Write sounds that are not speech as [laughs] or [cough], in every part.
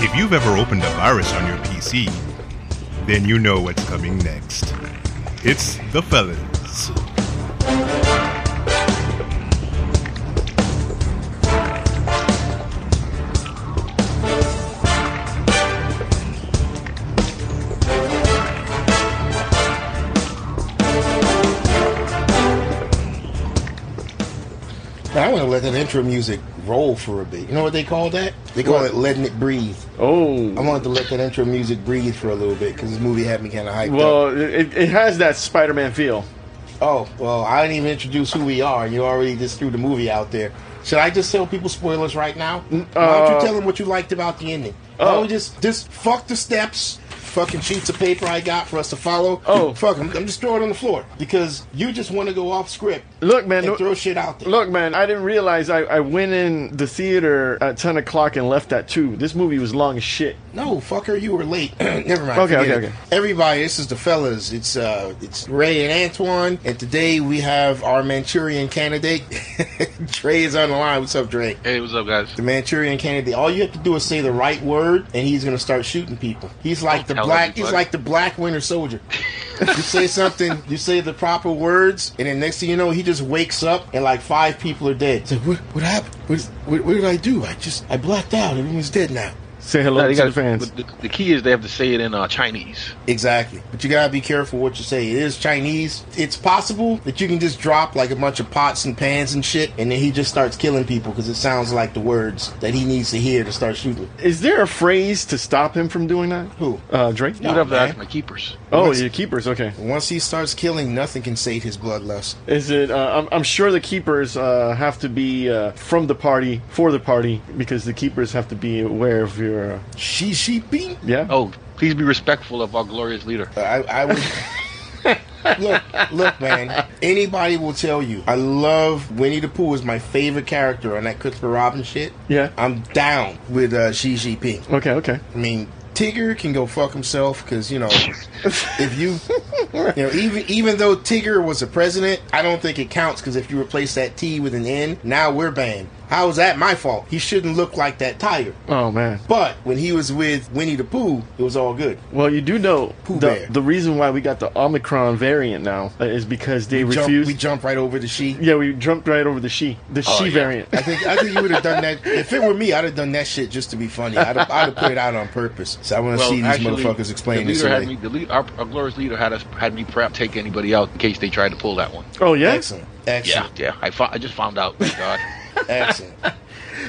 If you've ever opened a virus on your PC, then you know what's coming next. It's the fellas. I want to let that intro music roll for a bit. You know what they call that? They call it letting it breathe. Oh. I wanted to let that intro music breathe for a little bit because this movie had me kind of hyped up. well, it, it has that Spider-Man feel. Oh, well, I didn't even introduce who we are. You already just threw the movie out there. Should I just tell people spoilers right now? Why don't uh, oh. you tell them what you liked about the ending? Why don't we just, just fuck the steps, fucking sheets of paper I got for us to follow. Oh. Fuck them. I'm just throwing it on the floor because you just want to go off script Look, man. and no- throw shit out there. Look, man, I didn't realize I, I went in the theater at 10 o'clock and left at 2. This movie was long as shit. No, fucker, you were late. [clears throat] Never mind. Okay, forget okay, it. okay. Everybody, this is the fellas. It's uh, it's Ray and Antoine, and today we have our Manchurian candidate. [laughs] Dre is on the line. What's up, Dre? Hey, what's up, guys? The Manchurian candidate. All you have to do is say the right word, and he's gonna start shooting people. He's like the tell black. everybody. He's like the black Winter [laughs] Soldier. you say something, you say the proper words, and then next thing you know, he just wakes up and like five people are dead. It's like, what, what happened? What, what, what did I do? I just I blacked out. Everyone's dead now. Say hello No, to they gotta- the fans. but The, the key is they have to say it in uh, Chinese. Exactly. But you gotta be careful what you say. It is Chinese. It's possible that you can just drop like a bunch of pots and pans and shit, and then he just starts killing people because it sounds like the words that he needs to hear to start shooting. Is there a phrase to stop him from doing that? Who? Uh, Drake? You'd have to man. ask my keepers. Oh, What's- your keepers, okay. Once he starts killing, nothing can sate his bloodlust. Is it, uh, I'm, I'm sure the keepers uh, have to be uh, from the party, for the party, because the keepers have to be aware of your, uh, She she be. yeah? Oh, please be respectful of our glorious leader. I, I would. look, look, man. Anybody will tell you. I love Winnie the Pooh is my favorite character on that Christopher Robin shit. Yeah. I'm down with uh, Xi Jinping. Okay, okay. I mean, Tigger can go fuck himself because [laughs] you know, if you, you know, even even though Tigger was a president, I don't think it counts because if you replace that T with an N, now we're banned. How is that my fault? He shouldn't look like that tiger. Oh, man. But when he was with Winnie the Pooh, it was all good. Well, you do know Pooh the, Bear. the reason why we got the Omicron variant now uh, is because they Jump- refused. we Oh, jump right over the she. Yeah, we jumped right over the she, the she yeah. variant. I think I think you would have done that. If it were me, I'd have done that shit just to be funny. I'd have, I'd have put it out on purpose. So I want to see these motherfuckers explain the this. leader away. had me, the lead, our, our glorious leader had us had me prep take anybody out in case they tried to pull that one. Oh yeah, Excellent, Yeah, excellent, yeah. I, fo- I just found out. Thank God. excellent.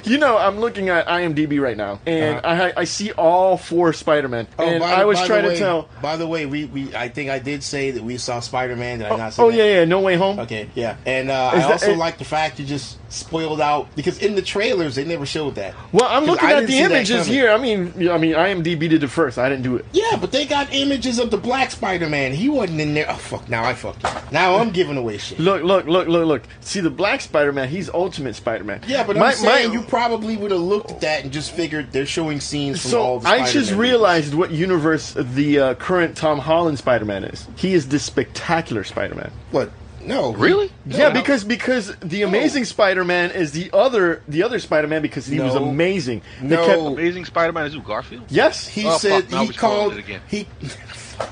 you know I'm looking at IMDb right now, and Uh-huh. Oh, I ha- I see all four Spider-Man, and by- I was by the trying to way- tell. By the way, we, we I think I did say that we saw Spider Man. Did I not say Oh that? yeah, yeah, No Way Home. Okay, yeah. And uh, Is I that- also it- like the fact you just spoiled out because in the trailers they never showed that. Well, I'm 'Cause looking I at didn't the see that images coming. here. I mean, yeah, I mean, IMDb did it first. I didn't do it. Yeah, but they got images of the black Spider Man. He wasn't in there. Oh fuck! Now I fucked up. Now I'm giving away shit. Look, look, look, look, look. See the black Spider-Man. He's Ultimate Spider-Man. Yeah, but My- I'm saying my- you probably would have looked at that and just figured they're showing scenes from all So the I just Spider-Man realized what universe the uh, current Tom Holland Spider-Man is. He is the spectacular Spider-Man. movies. What? No. really? Yeah, because because the Amazing Spider-Man is the other the other Spider-Man because he was No. amazing. They No. Uh, Amazing Spider-Man is who Garfield. yes, He Oh, fuck, said now he we spoiled called it again. he. [laughs]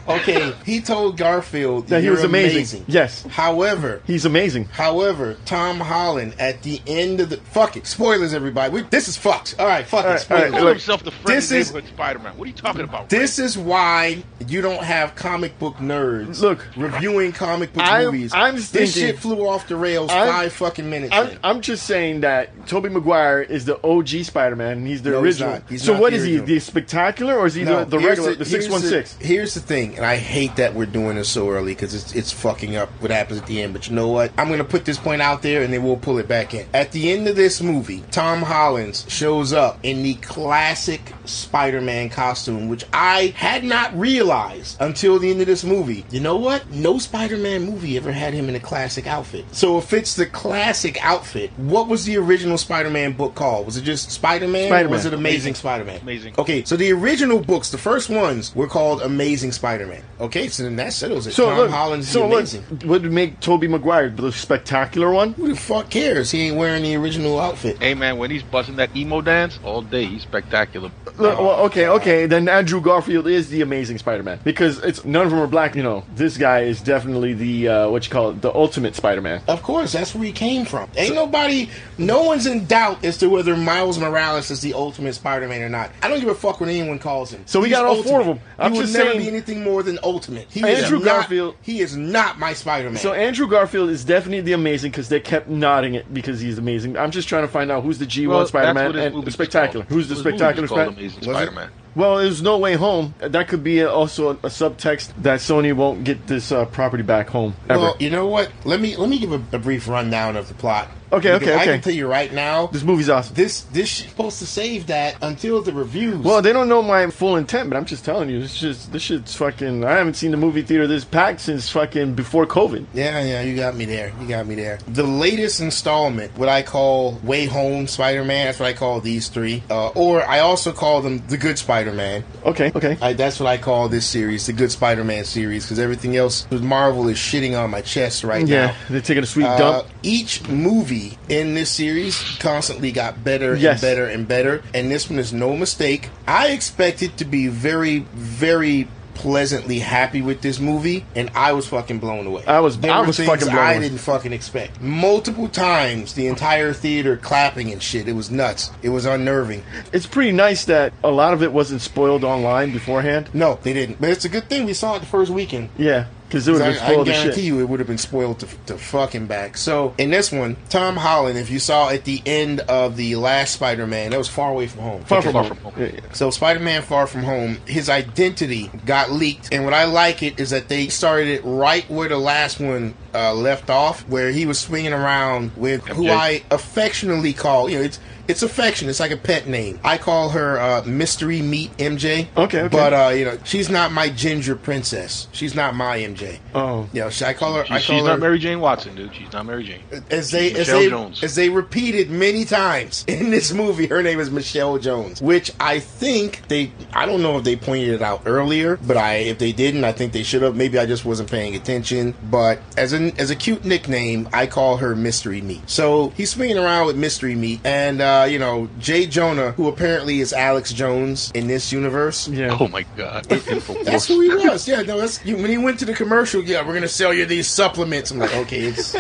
okay, he told Garfield That he "You're was amazing." Yes. However, he's amazing. however, Tom Holland at the end of the fuck it spoilers, everybody. We, this is fucked. All right, fuck it. all right, Spoilers. He called look, himself the friendly this is- neighborhood Spider-Man. What are you talking about? This is why you don't have comic book nerds Look. reviewing comic book I'm- movies. I'm this thinking- shit flew off the rails I'm- five fucking minutes. I'm, in. I'm just saying that Toby Maguire is the OG Spider-Man and he's the No, he's original. not. He's so not what the is original. he? The spectacular or is he No, the, the here's regular? The here's six one six. Here's the thing, and I hate that we're doing this so early because it's it's fucking up what happens at the end. But you know what? I'm gonna put this point out there, and then we'll pull it back in. At the end of this movie, Tom Hollins shows up in the classic Spider-Man costume, which I had not realized until the end of this movie. You know what? No Spider-Man movie ever had him in a classic outfit. So if it's the classic outfit, what was the original Spider-Man book called? Was it just Spider-Man? Or Spider-Man. was it Amazing Spider-Man? Amazing. Okay, so the original books, the first ones, were called Amazing Spider-Man. Okay, so then that settles it. So Tom look, Holland's so look, amazing. would make Toby Maguire the spectacular one? Who the fuck cares? He ain't wearing the original outfit. Hey man, when he's busting that emo dance all day, he's spectacular. Look, well, okay, okay. Then Andrew Garfield is the Amazing Spider-Man because it's none of them are black. You know, this guy is definitely the uh, what you call it, the ultimate Spider-Man. Of course, that's where he came from. Ain't nobody, no one's in doubt as to whether Miles Morales is the ultimate Spider-Man or not. I don't give a fuck what anyone calls him. So we got all four of them. I'm he just will never saying- be anything more than ultimate. He Andrew is Garfield- Not, he is not my Spider-Man. So Andrew Garfield is definitely the Amazing because they kept nodding it because he's amazing. I'm just trying to find out who's the G1 Well, that's Spider-Man what his and movie the was spectacular. called. Who's the His movie was spectacular called Spider-Man? Amazing Was it? Spider-Man. Well, there's no way home. That could be also a, a subtext that Sony won't get this uh, property back home ever. Well, you know what? Let me let me give a, a brief rundown of the plot. Okay, Because okay, I okay. can tell you right now, this movie's awesome. this this shit's supposed to save that until the reviews. Well, they don't know my full intent, but I'm just telling you, this just this shit's fucking. I haven't seen the movie theater this packed since fucking before COVID. Yeah, yeah, you got me there. You got me there. The latest installment, what I call Way Home Spider Man, that's what I call these three. Uh, or I also call them The Good Spider Man. Okay, okay. I, that's what I call this series, The Good Spider Man series, because everything else with Marvel is shitting on my chest right yeah, now. they're taking a sweet Uh, dump. each movie in this series constantly got better Yes. and better and better, and this one is no mistake. I expect it to be very, very pleasantly happy with this movie, and I was fucking blown away. I was- There I were was things fucking blown I away. didn't fucking expect. Multiple times, the entire theater clapping and shit. It was nuts. It was unnerving. It's pretty nice that a lot of it wasn't spoiled online beforehand. No, they didn't. But it's a good thing we saw it the first weekend. Yeah, because it would have been I, I spoiled as guarantee shit. you it would have been spoiled to, to fucking back. So in this one, Tom Holland, if you saw at the end of the last Spider-Man, that was far away from home. Far from Far home. From Home. Yeah, yeah. So Spider-Man Far From Home, his identity got leaked, and what I like it is that they started it right where the last one uh, left off, where he was swinging around with who MJ. I affectionately call, you know, it's it's affection, it's like a pet name. I call her uh, Mystery Meat MJ. Okay, okay. But uh, you know, she's not my ginger princess. She's not my MJ. Oh, You know, she- I call her. I She- call she's her not Mary Jane Watson, dude. She's not Mary Jane. as they She's as Michelle they Jones. as they repeated many times [laughs] in this movie. Her name is Michelle Jones, which I think they. I don't know if they pointed it out earlier, but I if they didn't, I think they should have. Maybe I just wasn't paying attention. But as an as a cute nickname, I call her Mystery Meat. So he's swinging around with Mystery Meat, and uh, you know Jay Jonah, who apparently is Alex Jones in this universe. yeah. Oh my god. That's who he was. Yeah, no, that's you, when he went to the commercial. Yeah, we're gonna sell you these supplements. I'm like, okay, it's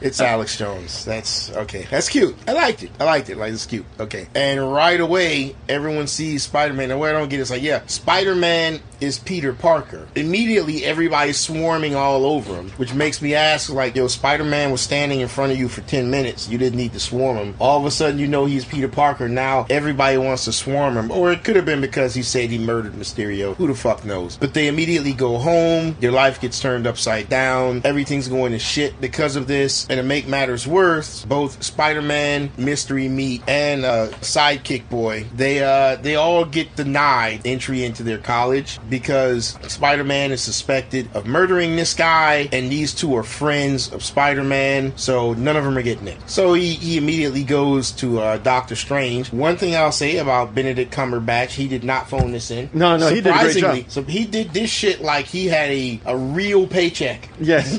it's Alex Jones. That's okay. That's cute. I liked it. I liked it. Like it's cute. Okay, and right away everyone sees Spider Man. And what I don't get is like, yeah, Spider Man is Peter Parker. Immediately everybody's swarming all over him, which makes me ask like, yo, Spider Man was standing in front of you for ten minutes. You didn't need to swarm him. All of a sudden you know he's Peter Parker. Now everybody wants to swarm him, or it could have been because he said he murdered Mysterio. Who the fuck knows? But they immediately go home. Their life gets turned upside down. Everything's going to shit because of this. And to make matters worse, both Spider-Man, Mystery Meat, and uh, Sidekick Boy, they uh, they all get denied entry into their college because Spider-Man is suspected of murdering this guy, and these two are friends of Spider-Man, so none of them are getting it. So he, he immediately goes to uh, Doctor Strange. One thing I'll say about Benedict Cumberbatch, he did not phone this in. No, no, he did a great job. Surprisingly, so he did this shit like he had a, a real paycheck. Yes.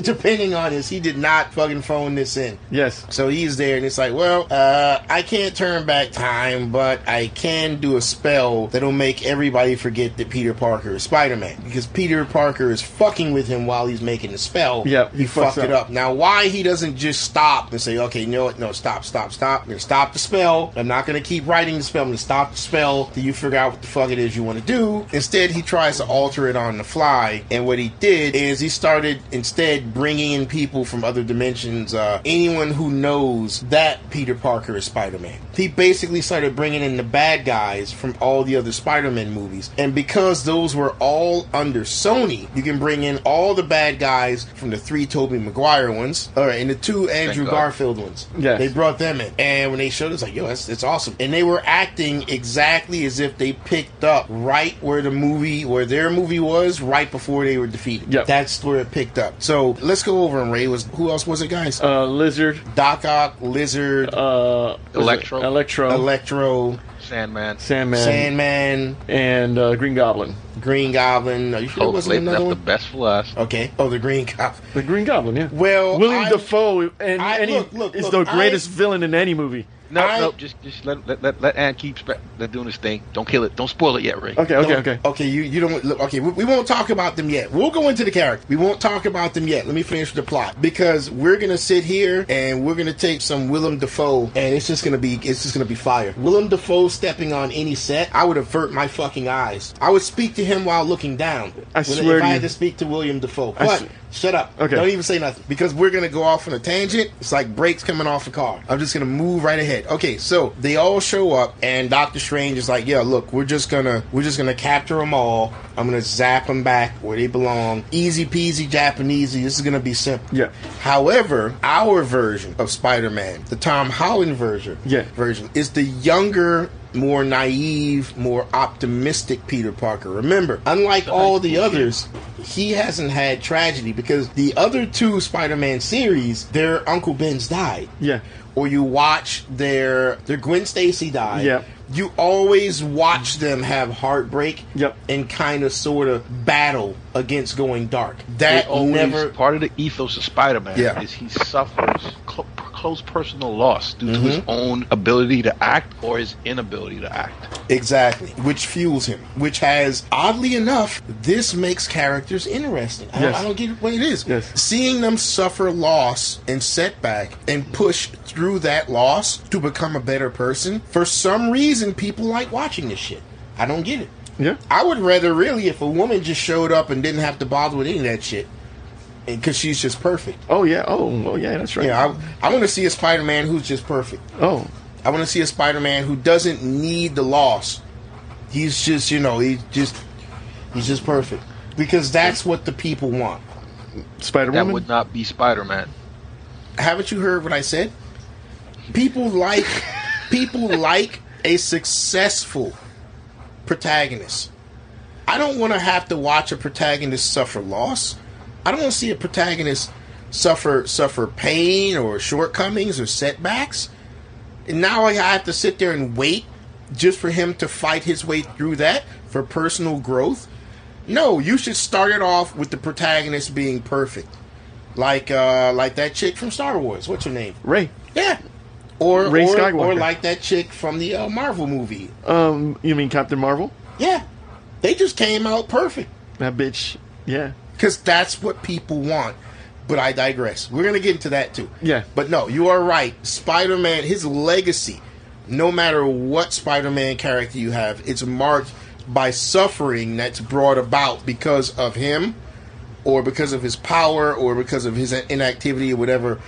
[laughs] Depending on this, he did not fucking phone this in. Yes. So he's there, and it's like, well, uh, I can't turn back time, but I can do a spell that'll make everybody forget that Peter Parker is Spider Man. Because Peter Parker is fucking with him while he's making the spell. Yeah, he, fucked it up. Now, why he doesn't just stop and say, okay, you know what? No, stop, stop, stop. I'm going to stop the spell. I'm not going to keep writing the spell. I'm going to stop the spell till you figure out what the fuck it is you want to do. Instead, he tries to alter it on the fly. And what he did is he started instead bringing in people from other dimensions, uh, anyone who knows that Peter Parker is Spider Man. He basically started bringing in the bad guys from all the other Spider Man movies. And because those were all under Sony, you can bring in all the bad guys from the three Tobey Maguire ones, or and the two Andrew God. Garfield ones. Yes. They brought them in. And when they showed it, it's like, yo, that's, that's awesome. And they were acting exactly as if they picked up right where the movie, where their movie was, right before they were defeated. Yep. That's where it picked up. So let's go over them, Ray. Was, who else was it, guys? Uh, lizard. Doc Ock, Lizard, Uh, was it Electro. Electro. Electro, Sandman. Sandman, Sandman, and uh, Green Goblin. Green Goblin. Are you sure there Oh, Totally wasn't left another the one? best for last. Okay. Oh, the Green Goblin. The Green Goblin, yeah. Well, William I- Defoe and I- any, look, look, is look, the I- greatest villain in any movie. No, I- no, just just let let let, let Ann keep spe- let doing his thing. Don't kill it. Don't spoil it yet, Ray. Okay, okay, Don't- okay. Okay, you, you don't look. Okay, we, we won't talk about them yet. We'll go into the character. We won't talk about them yet. Let me finish the plot because we're gonna sit here and we're gonna take some Willem Dafoe and it's just gonna be it's just gonna be fire. Willem Dafoe stepping on any set, I would avert my fucking eyes. I would speak to him while looking down. I If swear if to I you. had to speak to William Dafoe, I but s- shut up. Okay. Don't even say nothing because we're gonna go off on a tangent. It's like brakes coming off a car. I'm just gonna move right ahead. Okay, so they all show up, and Doctor Strange is like, "Yeah, look, we're just gonna we're just gonna capture them all. I'm gonna zap them back where they belong. Easy peasy, Japanesey. This is gonna be simple." Yeah. However, our version of Spider-Man, the Tom Holland version, Yeah. version is the younger. More naive, more optimistic Peter Parker. Remember, unlike all the others, he hasn't had tragedy because the other two Spider-Man series, their Uncle Ben's died. Yeah. Or you watch their their Gwen Stacy die. Yep. You always watch them have heartbreak Yep. and kind of sort of battle against going dark. They That always- never part of the ethos of Spider-Man Yeah. is he suffers cl- close personal loss due to Mm-hmm. his own ability to act or his inability to act. Exactly. Which fuels him. Which has, oddly enough, this makes characters interesting. I, Yes. don't, I don't get what it is. Yes. Seeing them suffer loss and setback and push through that loss to become a better person, for some reason, people like watching this shit. I don't get it. Yeah. I would rather, really, if a woman just showed up and didn't have to bother with any of that shit because she's just perfect. Oh yeah. Oh, oh yeah. That's right. You know, I, I want to see a Spider Man who's just perfect. oh, I want to see a Spider-Man who doesn't need the loss. He's just, you know, he just he's just perfect because that's what the people want. Spider That Woman. would not be Spider-Man. Haven't you heard what I said? People like people like a successful protagonist. I don't want to have to watch a protagonist suffer loss. I don't want to see a protagonist suffer suffer pain or shortcomings or setbacks. And now I have to sit there and wait just for him to fight his way through that for personal growth. No, you should start it off with the protagonist being perfect. Like uh like that chick from Star Wars. What's her name? Ray. Yeah. Or Rey or, or Skywalker. like that chick from the uh, Marvel movie. Um, you mean Captain Marvel? Yeah. They just came out perfect. That bitch. Yeah. because that's what people want. But I digress. We're gonna get into that too. Yeah. But no, you are right. Spider Man, his legacy, no matter what Spider Man character you have, it's marked by suffering that's brought about because of him, or because of his power, or because of his inactivity, or whatever.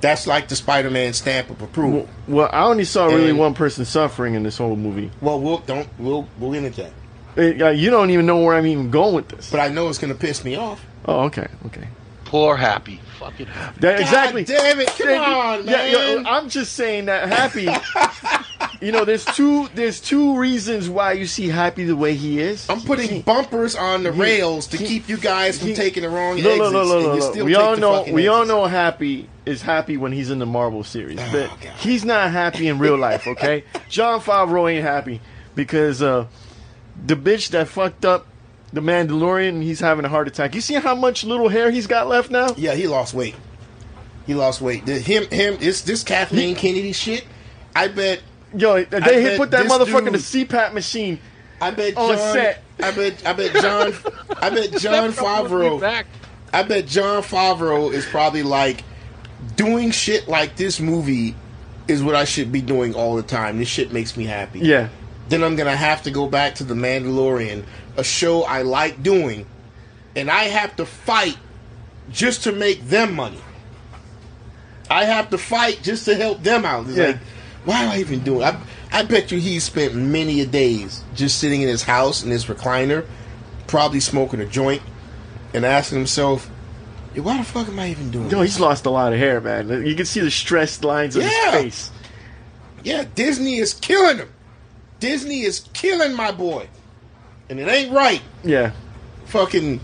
That's like the Spider Man stamp of approval. Well, I only saw really And- one person suffering in this whole movie. Well, we'll don't we'll we'll get into that. It, uh, you don't even know where I'm even going with this. But I know it's gonna piss me off. oh, okay, okay. Poor Happy. Fucking Happy. That, exactly. God damn it! Come Thank you. on, Yeah, uh, man. yeah, I'm just saying [laughs] that Happy. you know, there's two there's two reasons why you see Happy the way he is. I'm putting bumpers on the rails to he- keep you guys from he- taking the wrong No, no, exits. no, no, and no, you no. still We take all the know. fucking We all exits. Oh, know happy is happy when he's in the Marvel series, but God. he's not happy in real life. [laughs] Okay, John Favreau ain't happy because uh, the bitch that fucked up the Mandalorian, he's having a heart attack. You see how much little hair he's got left now? Yeah, he lost weight. He lost weight. The- him, him. It's this Kathleen Kennedy shit. I bet. Yo, if they hit, bet put that this motherfucker in the dude- CPAP machine. I bet On John. set. I bet. I bet [laughs] John. I bet John Favreau. Back. I bet John Favreau is probably like doing shit like this movie is what I should be doing all the time. This shit makes me happy. Yeah, then I'm gonna have to go back to the Mandalorian, a show I like doing, and I have to fight just to make them money. I have to fight just to help them out. It's Yeah. like, why am I even doing? I I bet you he spent many a days just sitting in his house in his recliner, probably smoking a joint, and asking himself, "Yeah, "Why the fuck am I even doing?" yo, this?" he's lost a lot of hair, man. You can see the stressed lines on Yeah. his face. Yeah, Disney is killing him. Disney is killing my boy, and it ain't right. Yeah, fucking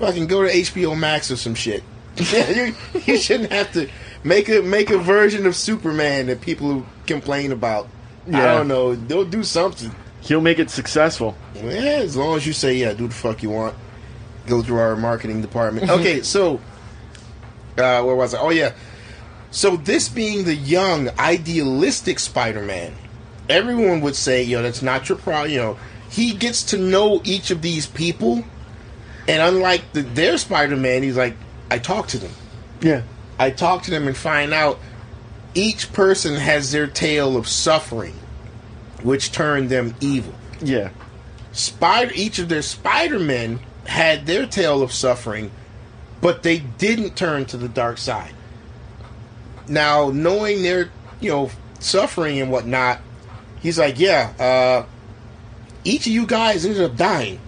fucking go to HBO Max or some shit. [laughs] Yeah, you, you shouldn't have to make a make a version of Superman that people complain about I Yeah. don't know. They'll do something. He'll make it successful. Yeah, as long as you say, yeah, do the fuck you want. Go through our marketing department. Okay, so uh, where was I? Oh yeah. So this being the young, idealistic Spider-Man, everyone would say, yo, that's not your problem. You know, he gets to know each of these people, and unlike the, their Spider-Man, he's like, I talk to them. Yeah. I talk to them and find out each person has their tale of suffering, which turned them evil Yeah. spider each of their spider-men had their tale of suffering but they didn't turn to the dark side now knowing their you know suffering and whatnot he's like yeah uh each of you guys ended up dying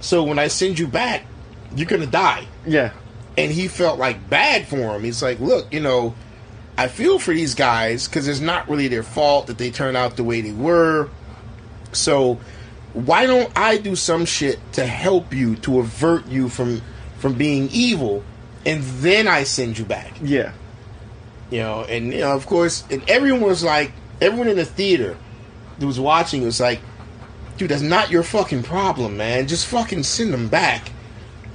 so when i send you back you're gonna die Yeah. and he felt like bad for him. He's like, look, you know, I feel for these guys because it's not really their fault that they turned out the way they were. So why don't I do some shit to help you to avert you from from being evil, and then I send you back? Yeah. You know, and you know, of course, and everyone was like, everyone in the theater that was watching was like, dude, that's not your fucking problem, man. Just fucking send them back.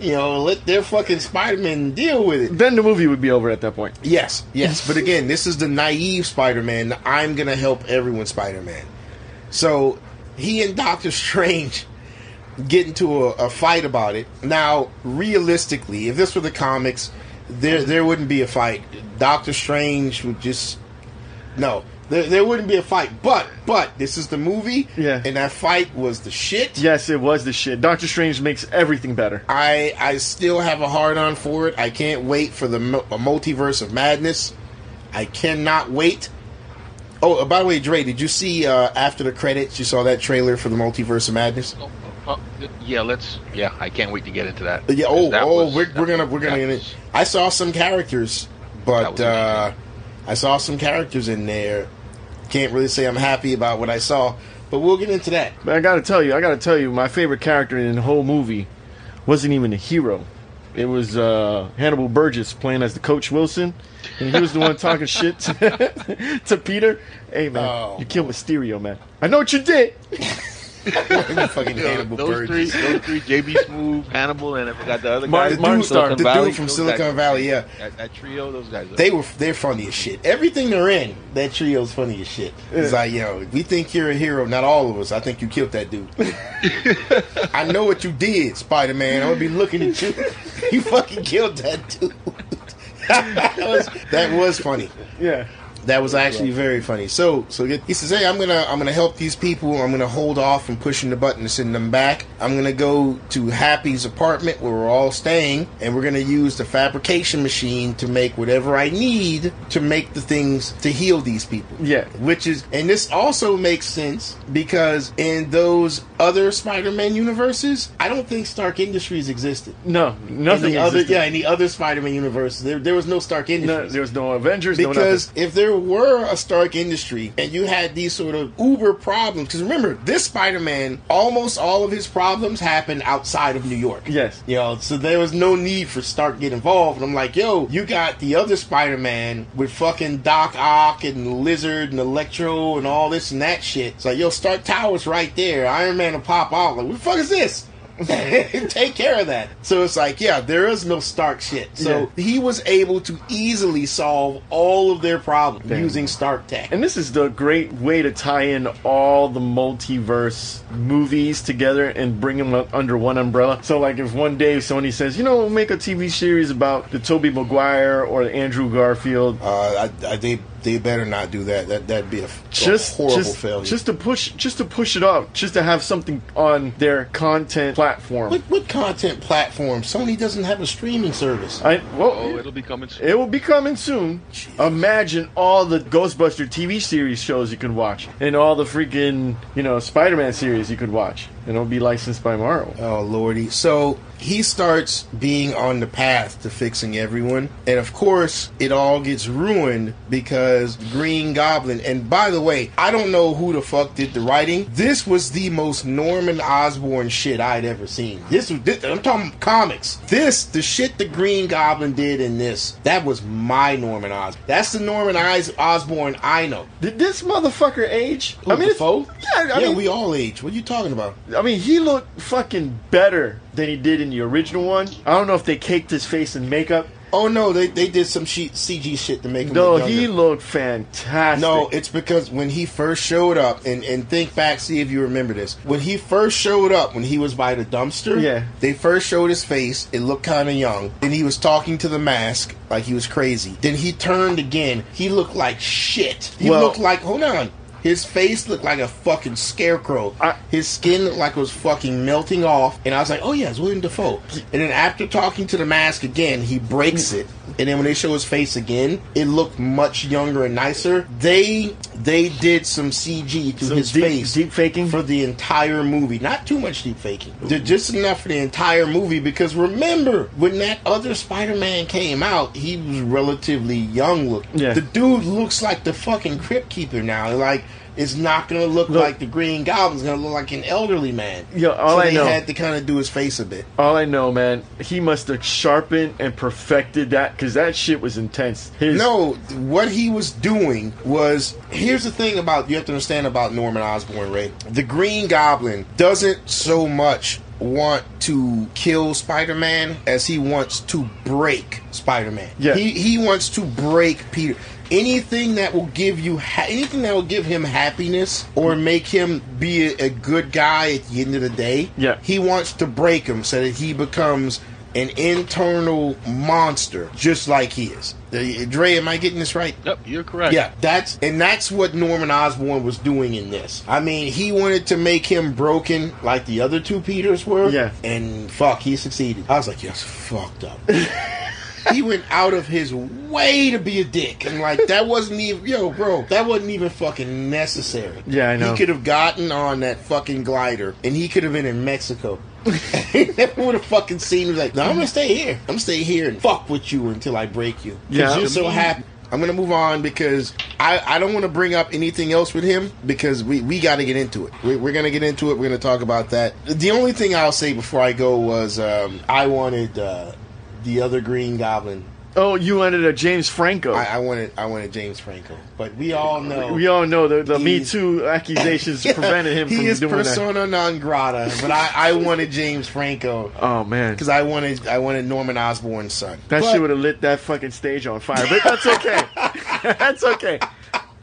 You know, let their fucking Spider-Man deal with it. Then the movie would be over at that point. Yes, yes. But again, this is the naive Spider Man, the I'm going to help everyone Spider Man. So he and Doctor Strange get into a, a fight about it. Now, realistically, if this were the comics, there there wouldn't be a fight. Doctor Strange would just. No. There, there wouldn't be a fight, but but this is the movie, Yeah. and that fight was the shit. Yes, it was the shit. Doctor Strange makes everything better. I I still have a hard on for it. I can't wait for the mu- multiverse of madness. I cannot wait. Oh, uh, by the way, Dre, did you see uh, after the credits? You saw that trailer for the multiverse of madness? Uh, Oh, oh, oh, yeah, let's. Yeah, I can't wait to get into that. Yeah. Because Oh, that oh, was- we're, we're that- gonna we're gonna. that was- I saw some characters, That but was uh, I saw some characters in there. Can't really say I'm happy about what I saw, but we'll get into that. [laughs] But I gotta tell you, I gotta tell you, my favorite character in the whole movie wasn't even a hero. It was uh, Hannibal Burgess playing as the Coach Wilson, and he was the one [laughs] talking shit to, [laughs] to Peter. Hey man, Oh. you killed Mysterio, man. I know what you did. fucking Yeah, Hannibal those Burgess. three, those three, JB Smooth, Hannibal, and I forgot the other Mar- guy. The Martin dude, the Starr. dude from those Silicon guys. Valley, yeah. That, that trio, those guys. Are, They were they're funny as shit. Everything they're in, that trio's funny as shit. It's like, yo, we think you're a hero, not all of us. I think you killed that dude. I know what you did, Spider Man. I'm gonna be looking at you. [laughs] You fucking killed that dude. [laughs] that, was, that was funny. Yeah, That was actually very funny. So so get- he says, hey, I'm gonna I'm gonna help these people. I'm gonna hold off from pushing the button to send them back. I'm gonna go to Happy's apartment where we're all staying, and we're gonna use the fabrication machine to make whatever I need to make the things to heal these people. Yeah. which is and this also makes sense because in those other Spider-Man universes, I don't think Stark Industries existed. no, nothing in the other, existed. yeah, in the other Spider-Man universes, there, there was no Stark No, Industries there was no Avengers, because if there were a Stark industry and you had these sort of uber problems, because remember, this Spider Man, almost all of his problems happened outside of New York. Yes. You know, so there was no need for Stark to get involved. And I'm like, yo, you got the other Spider Man with fucking Doc Ock and Lizard and Electro and all this and that shit. It's like, yo, Stark Tower's right there. Iron Man will pop out. Like, what the fuck is this? [laughs] Take care of that. So it's like, yeah, there is no Stark shit. So he was able to easily solve all of their problems Damn. using Stark tech. And this is the great way to tie in all the multiverse movies together and bring them up under one umbrella. So, like, if one day Sony says, you know, we'll make a TV series about the Tobey Maguire or the Andrew Garfield, Uh, I, I, they they better not do that. That that'd be a, f- a just horrible just, failure. just to push, just to push it up, just to have something on their content platform. what what content platform? Sony doesn't have a streaming service. I Oh, well, it'll be coming soon. it will be coming soon. Jesus. Imagine all the Ghostbuster TV series shows you could watch, and all the freaking you know Spider-Man series you could watch, and it'll be licensed by Marvel. Oh lordy! So he starts being on the path to fixing everyone, and of course, it all gets ruined because was Green Goblin. And by the way, I don't know who the fuck did the writing. This was the most Norman Osborn shit I'd ever seen. This was this, I'm talking comics. This the shit the Green Goblin did in this. That was my Norman Osborn. That's the Norman Os- Osborn I know. Did this motherfucker age? I mean, it's- Defoe? yeah, I yeah, mean, we all age. What are you talking about? I mean, he looked fucking better than he did in the original one. I don't know if they caked his face in makeup. Oh no, they, they did some she- CG shit to make him. No, look he younger. looked fantastic. No, it's because when he first showed up, and, and think back, see if you remember this. When he first showed up, when he was by the dumpster, Yeah. they first showed his face. It looked kind of young. Then he was talking to the mask like he was crazy. Then he turned again. He looked like shit. He Well- looked like hold on. His face looked like a fucking scarecrow. I- His skin looked like it was fucking melting off. And I was like, oh yeah, it's William Defoe. And then after talking to the mask again, he breaks it. And then when they show his face again, it looked much younger and nicer. They they did some CG to Some his deep- face. deep faking? for the entire movie. Not too much deep faking. Did just enough for the entire movie because remember when that other Spider-Man came out, he was relatively young looking. Yeah. The dude looks like the fucking crypt keeper now. Like it's not gonna look, Look- like the Green Goblin's gonna look like an elderly man. Yo, so all I they know- had to kind of do his face a bit. All I know, man, he must have sharpened and perfected that because that shit was intense. His, No, what he was doing was here's the thing about you have to understand about Norman Osborn, Ray. The Green Goblin doesn't so much want to kill Spider-Man as he wants to break Spider-Man. Yeah. He he wants to break Peter. Anything that will give you ha- anything that will give him happiness or make him be a, a good guy at the end of the day, Yeah. he wants to break him so that he becomes an internal monster, just like he is. Uh, Dre, am I getting this right? Yep, you're correct. Yeah, that's and that's what Norman Osborn was doing in this. I mean, he wanted to make him broken like the other two Peters were. Yeah. and fuck, he succeeded. I was like, yes, fucked up. [laughs] he went out of his way to be a dick, and like that wasn't even yo, bro, that wasn't even fucking necessary. Yeah, I know. He could have gotten on that fucking glider, and he could have been in Mexico. [laughs] never would have fucking seen him like, no, I'm gonna stay here. I'm gonna stay here and fuck with you until I break you. 'Cause Yeah. you're so happy. I'm gonna move on because I, I don't want to bring up anything else with him because we, we got to get into it. We, we're gonna get into it. We're gonna talk about that. The only thing I'll say before I go was um, I wanted uh, the other Green Goblin. Oh, you wanted a James Franco. I, I wanted I wanted James Franco, but we all know we all know the, the Me He's- [laughs] Too accusations [laughs] prevented him he from is doing persona non grata. But I, I wanted James Franco that. Oh man, because I wanted I wanted Norman Osborn's son. that But- shit would have lit that fucking stage on fire. But [laughs] that's okay. that's okay.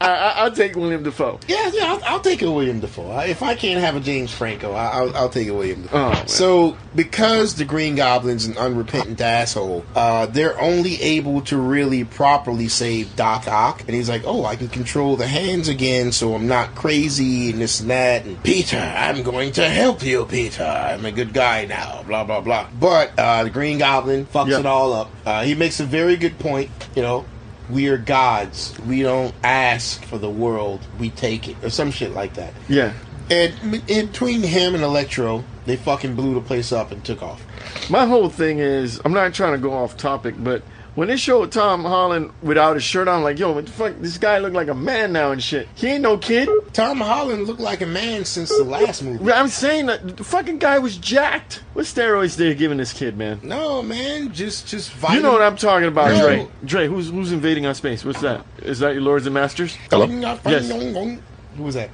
I, I, I'll take William Defoe. Yeah, yeah, I'll, I'll take a William Defoe. I- If I can't have a James Franco, I- I'll, I'll take a William Defoe. Oh, man. so, because the Green Goblin's an unrepentant asshole, uh, they're only able to really properly save Doc Ock. And he's like, oh, I can control the hands again, so I'm not crazy and this and that. And Peter, I'm going to help you, Peter. I'm a good guy now, blah, blah, blah. But uh, the Green Goblin fucks Yeah. it all up. Uh, he makes a very good point, you know, we are gods. We don't ask for the world, we take it, or some shit like that. Yeah. And m- in between him and Electro, they fucking blew the place up and took off. My whole thing is, I'm not trying to go off topic, but when they showed Tom Holland without his shirt on, I'm like, yo, what the fuck? This guy look like a man now and shit. He ain't no kid. Tom Holland looked like a man since the last movie. I'm saying that the fucking guy was jacked. What steroids they giving this kid, man? No, man, just just You vitamin. know what I'm talking about, No. Dre. Dre, who's who's invading our space? What's that? Is that your lords and masters? Yes. Yes. Who was that?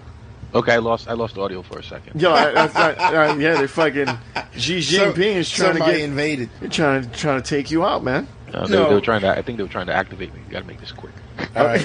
Okay, I lost. I lost audio for a second. Yo, I, I, I, I- yeah, they're fucking Xi Jinping is Some- trying to somebody get, invaded. they're trying to trying to take you out, man. Uh, they, they No. were trying to. I think they were trying to activate me. You got to make this quick. All right.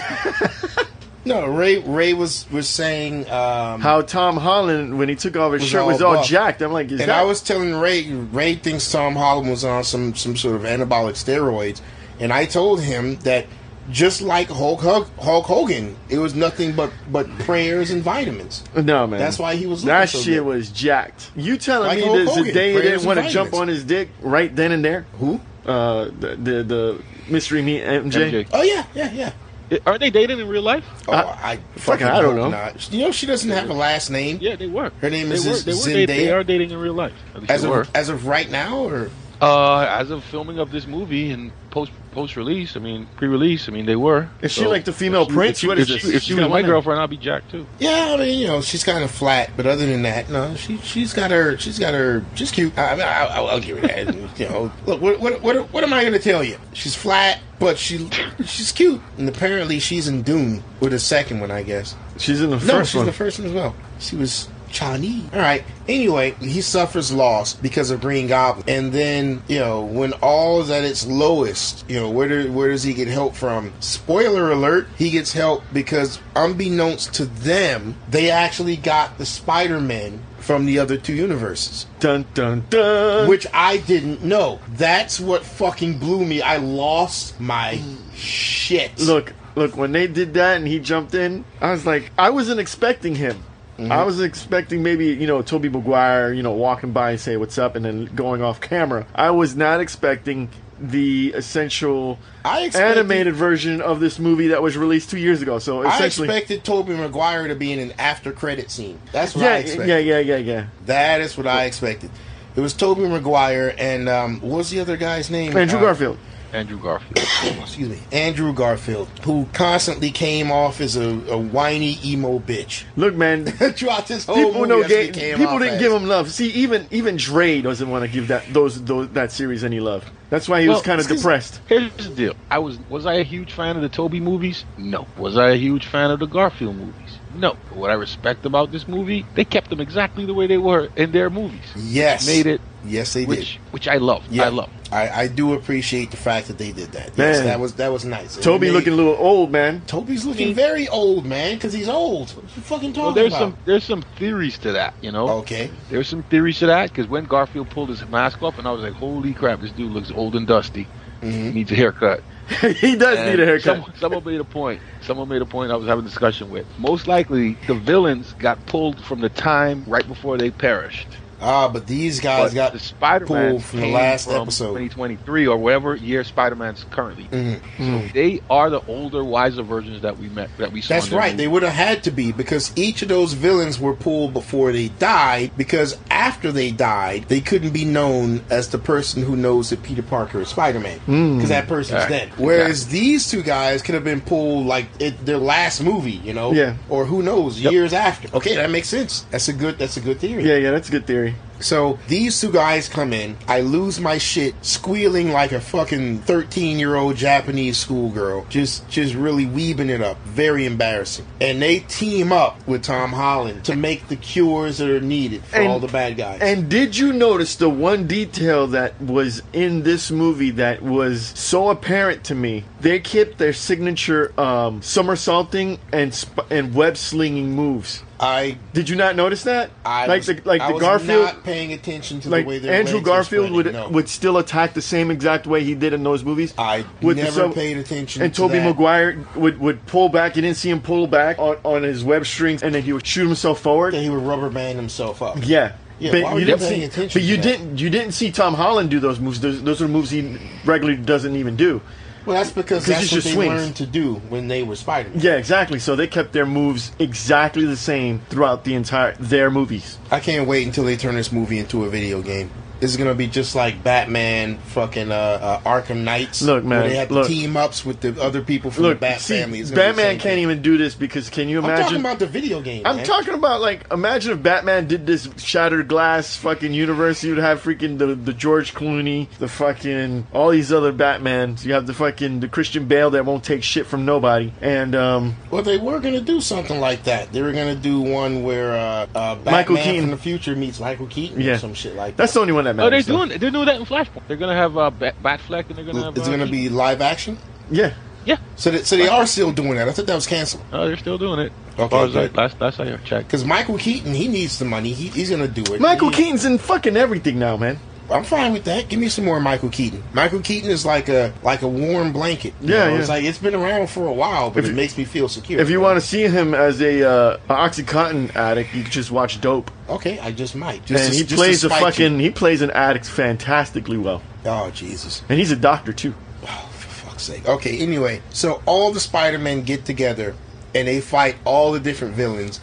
no, Ray Ray was was saying. Um, How Tom Holland when he took off his Was shirt all was all buff. jacked. I'm like, is and that I was telling Ray, Ray thinks Tom Holland was on some, some sort of anabolic steroids, and I told him that just like Hulk, Hulk, Hulk Hogan, it was nothing but but prayers and vitamins. No man, That's why he was looking That so shit good. was jacked. You telling Like me Hulk there's a Hogan, day he prayers didn't and want to jump vitamins. on his dick right then and there? Who? Uh, the the, the mystery meat MJ. MJ, Oh yeah, yeah, yeah. I- aren't they dating in real life? Oh, I- I, Uh, fucking I don't hope know. Not. You know, she doesn't have a last name Yeah, they were. Her name they is were, Z- they, were Zendaya. dating- they are dating in real life. At least as they of were. as of right now, or Uh, as of filming of this movie and post post release, I mean pre release, I mean they were. Is she like the female prince? If she, What is if she- this? if she She's was got my one now. girlfriend, I'd be Jack too. Yeah, I mean, you know, she's kind of flat, but other than that, no, she she's got her, she's got her, she's cute. I, I, I'll, I'll give her that. you know, look, what what what, what am I going to tell you? She's flat, but she she's cute, and apparently she's in Doom with the second one, I guess. She's in the No, first she's one. the first one as well. She was Chinese. All right. Anyway, he suffers loss because of Green Goblin, and then you know when all's at its lowest, you know where do, where does he get help from? Spoiler alert: he gets help because unbeknownst to them, they actually got the Spider Man from the other two universes Dun dun dun. which I didn't know. That's what fucking blew me. I lost my shit. Look, look, when they did that and he jumped in, I was like, I wasn't expecting him. Mm-hmm. I was expecting maybe, you know, Toby Maguire, you know, walking by and say what's up and then going off camera. I was not expecting the essential I expected- animated version of this movie that was released two years ago. So I essentially expected Tobey Maguire to be in an after credit scene. That's what I yeah, expected. yeah, yeah, yeah, yeah. That is what I expected. It was Toby Maguire and um, what was the other guy's name? Andrew Uh, Garfield. Andrew Garfield. Excuse me, Andrew Garfield, who constantly came off as a, a whiny emo bitch [laughs] Look, man, throughout this whole people movie. no that's what he gave, came people off didn't as. give him love. See, even even Dre doesn't want to give that those, those that series any love. That's why he was Well, kind of excuse- depressed. Here's the deal. I was was I a huge fan of the Toby movies? No. Was I a huge fan of the Garfield movies? No. But what I respect about this movie, they kept them exactly the way they were in their movies, Yes, Made it, Yes, they which did. which I love. Yeah, I love. I, I do appreciate the fact that they did that. Yes, Man. that was that was nice. And Toby they- looking a little old, man. Toby's looking very old, man, because he's old. What you fucking talking Well, there's about? some there's some theories to that, you know. Okay. There's some theories to that because when Garfield pulled his mask off, and I was like, "Holy crap, this dude looks old and dusty. Mm-hmm. Needs a haircut." [laughs] he does And need a haircut. Someone, someone made a point. Someone made a point. I was having a discussion with. Most likely, the villains got pulled from the time right before they perished. Ah, but these guys But got the Spider-Man pulled from the came last from episode. 2023 or whatever year Spider-Man's currently. Mhm. So they are the older, wiser versions that we met that we saw. That's in the right. movie. They would have had to be because each of those villains were pulled before they died. Because after they died, they couldn't be known as the person who knows that Peter Parker is Spider Man because that person's Right. dead. Whereas these two guys could have been pulled like it, their last movie, you know, Yeah. or who knows, years after. Okay, that makes sense. That's a good. That's a good theory. Yeah, yeah, that's a good theory. So these two guys come in. I lose my shit, squealing like a fucking thirteen-year-old Japanese schoolgirl, just just really weaving it up. Very embarrassing. And they team up with Tom Holland to make the cures that are needed for And- all the bad guys. And did you notice the one detail that was in this movie that was so apparent to me? They kept their signature um, somersaulting and sp- and web slinging moves. I, Did you not notice that? I like was, the like I the was Garfield. not paying attention to like the way their Andrew legs were Garfield spreading, would no. would still attack the same exact way he did in those movies. I With the never sub- paid attention. and to Toby that. Maguire would, would pull back. You didn't see him pull back on, on his web strings, and then he would shoot himself forward. He would rubber band himself up. Yeah. Yeah, why were you didn't paying see, attention but to you that? didn't you didn't see Tom Holland do those moves. Those, those are moves he regularly doesn't even do. Well, that's because 'Cause that's it's what just they swings. learned to do when they were Spider-Man. Yeah, exactly. So they kept their moves exactly the same throughout the entire their movies. I can't wait until they turn this movie into a video game. This is gonna be just like Batman, fucking uh, uh, Arkham Knights. Look, man, where they have look. team ups with the other people from Look, the Bat see, family. It's gonna be the Batman same can't thing. even do this because can you I'm talking imagine? about the video game. I'm man. talking about like imagine if Batman did this shattered glass fucking universe, you'd have freaking the, the George Clooney, the fucking all these other Batmans. You have the fucking the Christian Bale that won't take shit from nobody. And um Well, they were gonna do something like that. They were gonna do one where uh, uh, Batman Michael Keaton. from the future meets Michael Keaton or yeah, some shit like That's that. the only one that matters. Oh, they're though. doing they're doing that in Flashpoint. They're gonna have uh, Bat- Batfleck, and they're gonna have. It's uh, gonna be live action. Yeah. yeah. So, that, so they are still doing that. I thought that was canceled No, Oh, they're still doing it. As Okay, far as I, good. last last I checked. because Michael Keaton he needs the money. He, he's gonna do it. Michael He- Keaton's in fucking everything now, man. I'm fine with that. Give me some more Michael Keaton. Michael Keaton is like a like a warm blanket. you Yeah, know? yeah. it's like it's been around for a while, but it makes me feel secure. If you want to see him as a uh, OxyContin addict, you could just watch Dope. okay, I just might. Just And to- he just to plays a spite fucking you. he plays an addict fantastically well. Oh Jesus! And he's a doctor too. Oh, for fuck's sake. Okay. Anyway, so all the Spider Men get together and they fight all the different villains,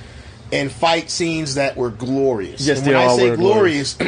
and fight scenes that were glorious. Yes, and they when I all say were glorious. [clears throat]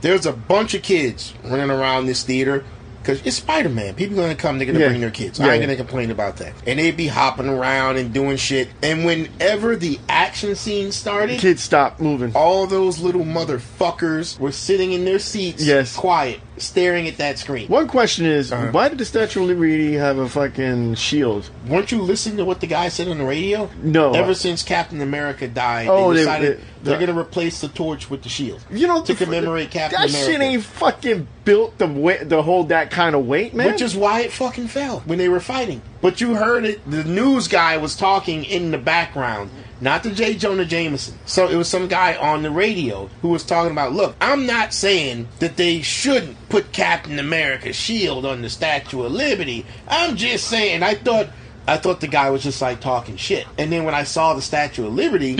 There's a bunch of kids running around this theater because it's Spider Man. People are gonna come. They're gonna Yeah. bring their kids. Yeah, I ain't yeah. gonna complain about that. And they'd be hopping around and doing shit. And whenever the action scene started, Kids, stop moving. all those little motherfuckers were sitting in their seats, Yes. quiet, staring at that screen. One question is, Uh-huh. why did the Statue of Liberty have a fucking shield? Weren't you listening to what the guy said on the radio? No. Ever since Captain America died, Oh, they they- decided they- they, are gonna replace the torch with the shield. You know, to the- commemorate Captain that America. shit ain't fucking built the weight to hold that kind of weight, man. Which is why it fucking fell when they were fighting. But you heard it. The news guy was talking in the background, not to J. Jonah Jameson. So it was some guy on the radio who was talking about, look, I'm not saying that they shouldn't put Captain America's shield on the Statue of Liberty. I'm just saying I thought. I thought the guy was just like talking shit. And then when I saw the Statue of Liberty,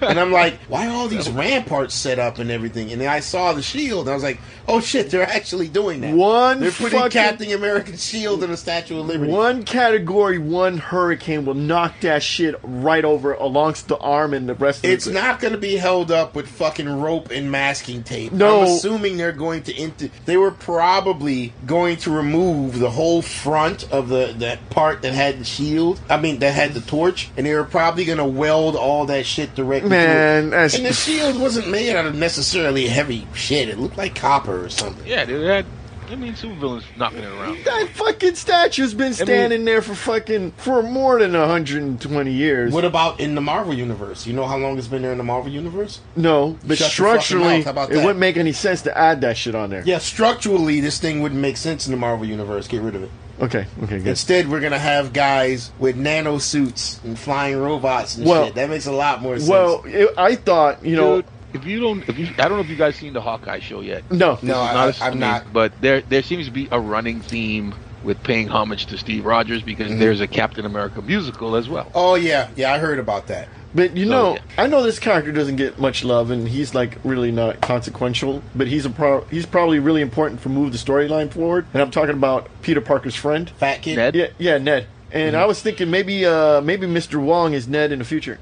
and I'm like, why are all these ramparts set up and everything? And then I saw the shield. And I was like, oh shit, they're actually doing that. One They're putting fucking- Captain America's shield in the Statue of Liberty. One category, one hurricane will knock that shit right over alongst the arm and the rest of It's the not going to be held up with fucking rope and masking tape. No. I'm assuming they're going to. Int- they were probably going to remove the whole front of the that part that had the shield. I mean, that had the torch, and they were probably going to weld all that shit directly. to it. Man, that's- and the shield wasn't made out of necessarily heavy shit. It looked like copper or something. Yeah, they had. I mean, supervillains knocking it around. That fucking statue's been standing there for fucking for more than 120 years. What about in the Marvel universe? You know how long it's been there in the Marvel universe? no, Shut your but fucking structurally, mouth. How it about that? wouldn't make any sense to add that shit on there. Yeah, structurally, this thing wouldn't make sense in the Marvel universe. Get rid of it. Okay. Okay. Good. Instead, we're gonna have guys with nano suits and flying robots and Well- shit. That makes a lot more sense. well, it, I thought you know. Dude, if you don't, if you, I don't know if you guys seen the Hawkeye show yet. No, no, It's I, a I'm stream, not. But there, there seems to be a running theme with paying homage to Steve Rogers because there's a Captain America musical as well. Mm-hmm. Oh yeah, yeah, I heard about that. But you So, know, yeah. I know this character doesn't get much love, and he's like really not consequential. But he's a pro- he's probably really important for move the storyline forward. And I'm talking about Peter Parker's friend. Fat kid. Ned? Yeah, yeah, Ned. And Mm-hmm. I was thinking maybe uh maybe Mr. Wong is Ned in the future.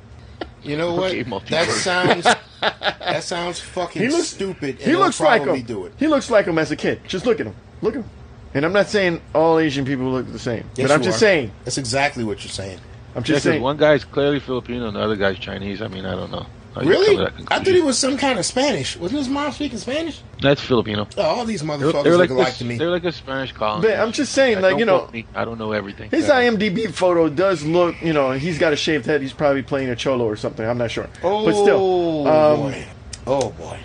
You know what? Okay, that multiverse. sounds. that sounds fucking He looks stupid. And He looks they'll like probably him. Do it. He looks like him as a kid. Just look at him. Look at him. And I'm not saying all Asian people look the same, Yes, but I'm you just are. saying. That's exactly what you're saying. I'm Yeah, just 'cause saying. one guy's clearly Filipino and the other guy's Chinese. I mean, I don't know. how Oh, you Really? come to that I conclusion. thought he was some kind of Spanish. Wasn't his mom speaking Spanish? That's Filipino. Oh, all these They were, motherfuckers they were look like alike a, to me. They're like a Spanish colony. But I'm just saying, Like, like don't you know, quote me. I don't know everything. his IMDb photo does look, you know, he's got a shaved head. He's probably playing a cholo or something. I'm not sure. Oh but still, um, boy. Oh boy.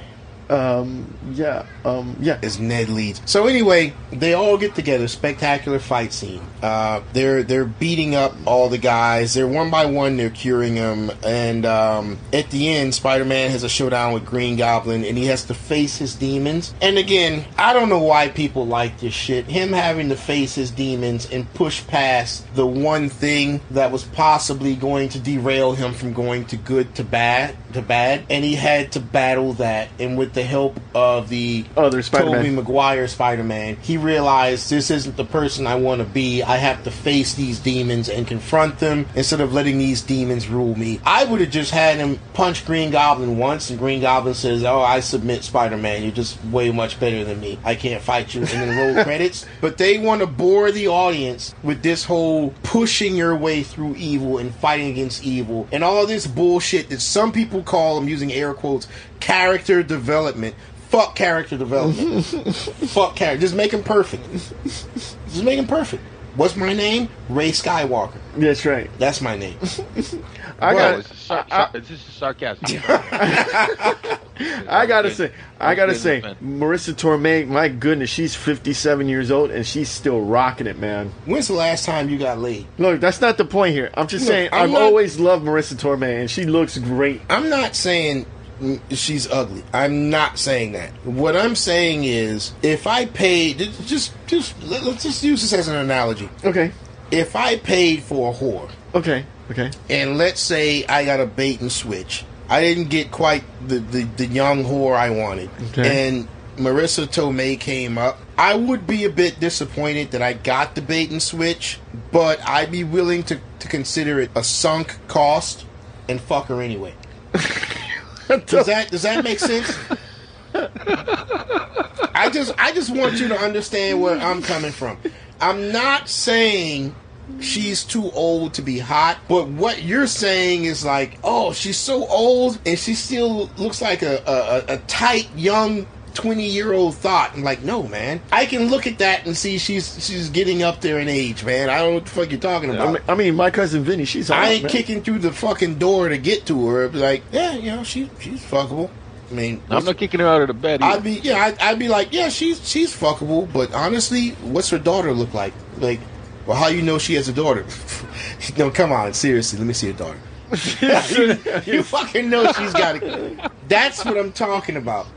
Um, yeah, um, yeah. is Ned Leeds. So anyway, they all get together. Spectacular fight scene. Uh, they're they're beating up all the guys. They're one by one. They're curing them. And um, at the end, Spider Man has a showdown with Green Goblin, and he has to face his demons. And again, I don't know why people like this shit. Him having to face his demons and push past the one thing that was possibly going to derail him from going to good to bad to bad, and he had to battle that. And with the help of the Other Spider-Man. Tobey Maguire Spider Man, he realized this isn't the person I want to be. I have to face these demons and confront them instead of letting these demons rule me. I would have just had him punch Green Goblin once, and Green Goblin says, Oh, I submit Spider Man. You're just way much better than me. I can't fight you. And then roll credits. But they want to bore the audience with this whole pushing your way through evil and fighting against evil and all this bullshit that some people call, I'm using air quotes, character development. Fuck character development. Fuck character. Just make him perfect. [laughs] Just make him perfect. What's my name? Ray Skywalker. That's right. That's my name. [laughs] I Bro, got. it's a sar- sar- this is sarcasm. I [laughs] I gotta say, I gotta say, Offended. Marissa Torme, my goodness, she's 57 years old and she's still rocking it, man. When's the last time you got laid? Look, that's not the point here. I'm just Look, saying, I'm I've not- always loved Marissa Torme and she looks great. I'm not saying mm, she's ugly. I'm not saying that. What I'm saying is, if I paid, just just let- let's just use this as an analogy. Okay, If I paid for a whore, okay, okay. and let's say I got a bait and switch. I didn't get quite the, the, the young whore I wanted. Okay. And Marissa Tomei came up. I would be a bit disappointed that I got the bait and switch, but I'd be willing to, to consider it a sunk cost and fuck her anyway. Does that does that make sense? I just I just want you to understand where I'm coming from. I'm not saying she's too old to be hot, but what you're saying is like, oh, she's so old and she still looks like a a, a- a tight young. 20 year old thought and like no man i can look at that and see she's she's getting up there in age man i don't know what the fuck you're talking about I mean, I mean, my cousin Vinny, she's. hot, Uh, I ain't man. [laughs] kicking through the fucking door to get to her. It'd be like, yeah, you know, she she's fuckable. I mean, I'm not kicking her out of the bed. I'd Either. be yeah, I'd, I'd be like, yeah, she's she's fuckable. But honestly, what's her daughter look like? Like, well, how you know she has a daughter? [laughs] no, come on, seriously, let me see her daughter. [laughs] you fucking know she's got a kid. That's what I'm talking about.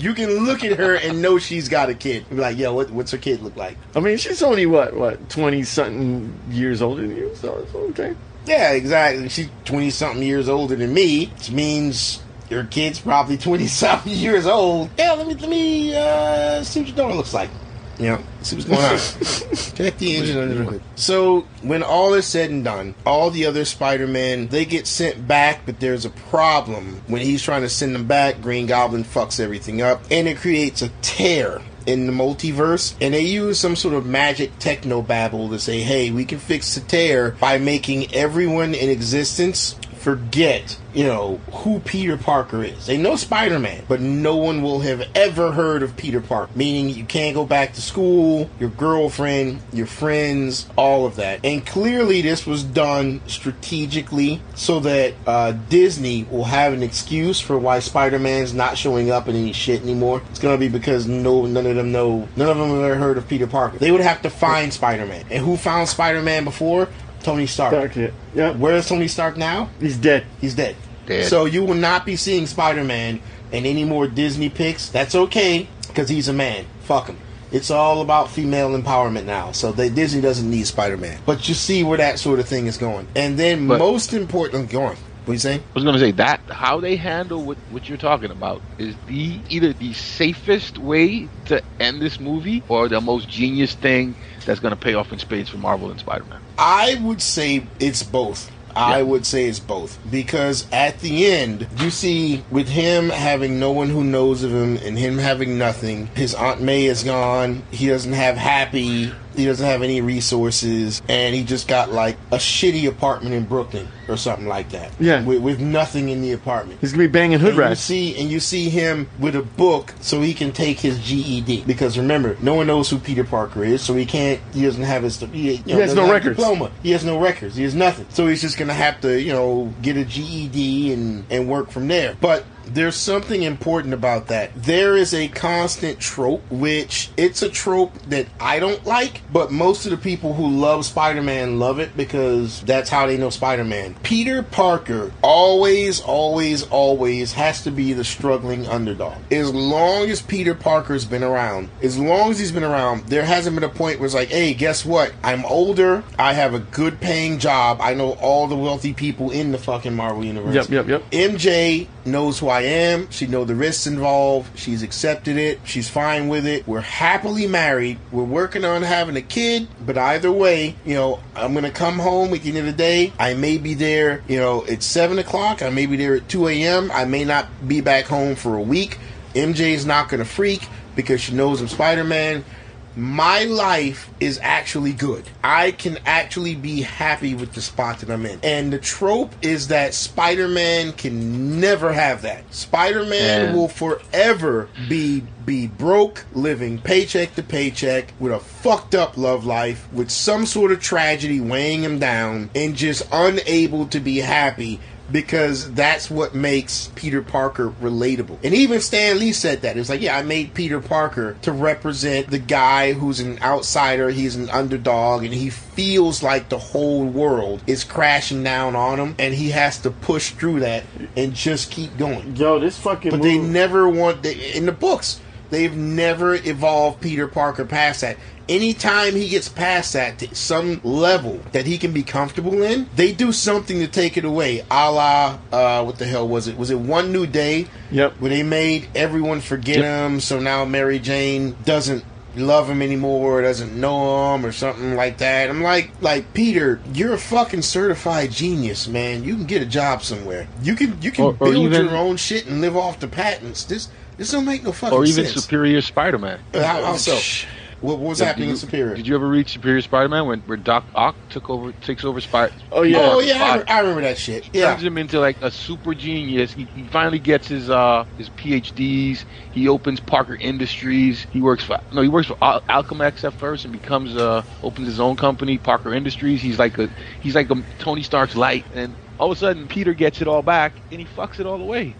You can look at her and know she's got a kid. Be like, yo, what, what's her kid look like? I mean, she's only what, what, twenty something years older than you, so it's okay. Yeah, exactly. She's 20 something years older than me, which means your kid's probably 20 something [laughs] years old. Yeah, let me let me uh, see what your daughter looks like. Yeah, see what's going on. [laughs] Check the engine under the hood. So when all is said and done, all the other Spider-Man they get sent back, but there's a problem. When he's trying to send them back, Green Goblin fucks everything up, and it creates a tear in the multiverse, and they use some sort of magic techno babble to say, "Hey, we can fix the tear by making everyone in existence." Forget, you know, who Peter Parker is. They know Spider Man, but no one will have ever heard of Peter Parker. Meaning you can't go back to school, your girlfriend, your friends, all of that. And clearly, this was done strategically so that uh, Disney will have an excuse for why Spider Man's not showing up in any shit anymore. It's gonna be because no, none of them know, none of them have ever heard of Peter Parker. They would have to find Spider Man. And who found Spider Man before? Tony Stark. Dark kid. Yeah, Where is Tony Stark now? he's dead. He's dead. Dead. So you will not be seeing Spider Man in any more Disney pics. That's okay, because he's a man. Fuck him. It's all about female empowerment now. So they, Disney doesn't need Spider Man. But you see where that sort of thing is going. And then But- most important, going. What you saying? I was gonna say that how they handle what, what you're talking about is the either the safest way to end this movie or the most genius thing that's gonna pay off in spades for Marvel and Spider-Man. I would say it's both. I Yeah. would say it's both because at the end, you see, with him having no one who knows of him and him having nothing, his Aunt May is gone. He doesn't have happy, he doesn't have any resources, and he just got like a shitty apartment in Brooklyn or something like that. Yeah. With, with nothing in the apartment. He's gonna be banging hood And you rats. see, and you see him with a book, so he can take his GED. Because remember, no one knows who Peter Parker is, so he can't. He doesn't have his. He, you know, has doesn't no have a records. Diploma. He has no records. He has nothing. So he's just gonna have to, you know, get a GED and and work from there. But there's something important about that. There is a constant trope, which it's a trope that I don't like, but most of the people who love Spider Man love it because that's how they know Spider Man. Peter Parker always, always, always has to be the struggling underdog. As long as Peter Parker's been around, as long as he's been around, there hasn't been a point where it's like, hey, guess what? I'm older. I have a good paying job. I know all the wealthy people in the fucking Marvel Universe. Yep, yep, yep. MJ knows who I am. She know the risks involved. She's accepted it. She's fine with it. We're happily married. We're working on having a kid, but either way, you know, I'm gonna come home at the end of the day. I may be there, you know, at seven o'clock. I may be there at two a.m. I may not be back home for a week. MJ's not gonna freak because she knows I'm Spider-Man. My life is actually good. I can actually be happy with the spot that I'm in. And the trope is that Spider Man can never have that. Spider Man And- will forever be be broke, living paycheck to paycheck, with a fucked up love life, with some sort of tragedy weighing him down, and just unable to be happy because that's what makes Peter Parker relatable. And even Stan Lee said that. It was like, yeah, I made Peter Parker to represent the guy who's an outsider, he's an underdog, and he feels like the whole world is crashing down on him, and he has to push through that and just keep going. Yo, this fucking. But they never want they, in the books. They've never evolved Peter Parker past that. Anytime he gets past that to some level that he can be comfortable in, they do something to take it away. A la, uh, what the hell was it? Was it One New Day? Yep. Where they made everyone forget Yep. him, so now Mary Jane doesn't love him anymore, doesn't know him, or something like that. I'm like, like Peter, you're a fucking certified genius, man. You can get a job somewhere. You can you can Or- or build even- your own shit and live off the patents. This This don't make no fucking or even sense. Superior Spider-Man. Uh, how- how so? What, what was Yeah, did happening you- in Superior? Did you ever read Superior Spider-Man when where Doc Ock took over takes over Spider? Oh, yeah. oh yeah, I, Ock re- I remember that shit. Yeah, Turns him into like a super genius. He, he finally gets his uh his PhDs. He opens Parker Industries. He works for no, he works for Al- Alchemax at first and becomes uh opens his own company, Parker Industries. He's like a he's like a Tony Stark's light, and all of a sudden Peter gets it all back and he fucks it all away.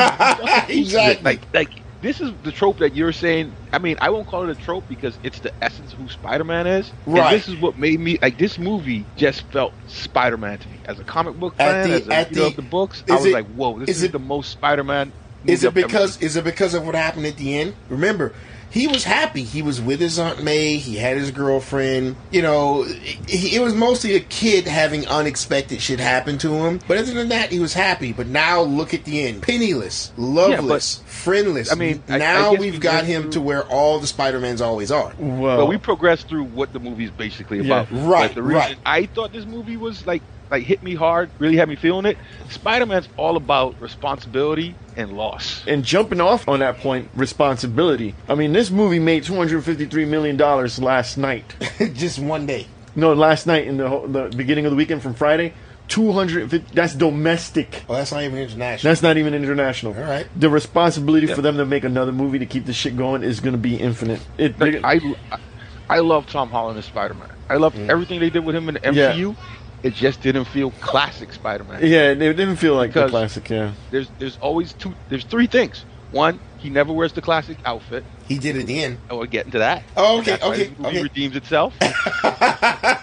[laughs] exactly. Like like this is the trope that you're saying. I mean, I won't call it a trope because it's the essence of who Spider-Man is. And Right. this is what made me like this movie just felt Spider-Man to me as a comic book At fan, the- as a at reader the- of the books. I is was it- like, whoa, this is is, it- the most Spider-Man. Is movie it I've ever because is it because of what happened at the end? Remember, he was happy. He was with his aunt May. He had his girlfriend. You know, it, it was mostly a kid having unexpected shit happen to him. But other than that, he was happy. But now look at the end: penniless, loveless, friendless. I mean, I- I now guess we've we got go him through- to where all the Spider Mans always are. Well, But we progressed through what the movie is basically Yeah, about. Oh. right, Like, the reason right. I thought this movie was like like hit me hard, really had me feeling it. Spider-Man's all about responsibility and loss. and jumping off on that point, responsibility. I mean, this movie made 253 million dollars last night. [laughs] Just one day. No, last night in the, whole, the beginning of the weekend from Friday, 250. That's domestic. Oh, that's not even international. That's not even international. All right. The responsibility Yeah. for them to make another movie to keep this shit going is going to be infinite. It, Like, I, I love Tom Holland as Spider Man. I love everything they did with him in the Mm. Yeah. MCU. It just didn't feel classic Spider Man. yeah, it didn't feel like the Because- classic. Yeah. There's there's always two there's three things. One, he never wears the classic outfit. He did it then. [laughs] I will get into that. Oh, okay, That's why okay, this movie okay. redeems [laughs] itself.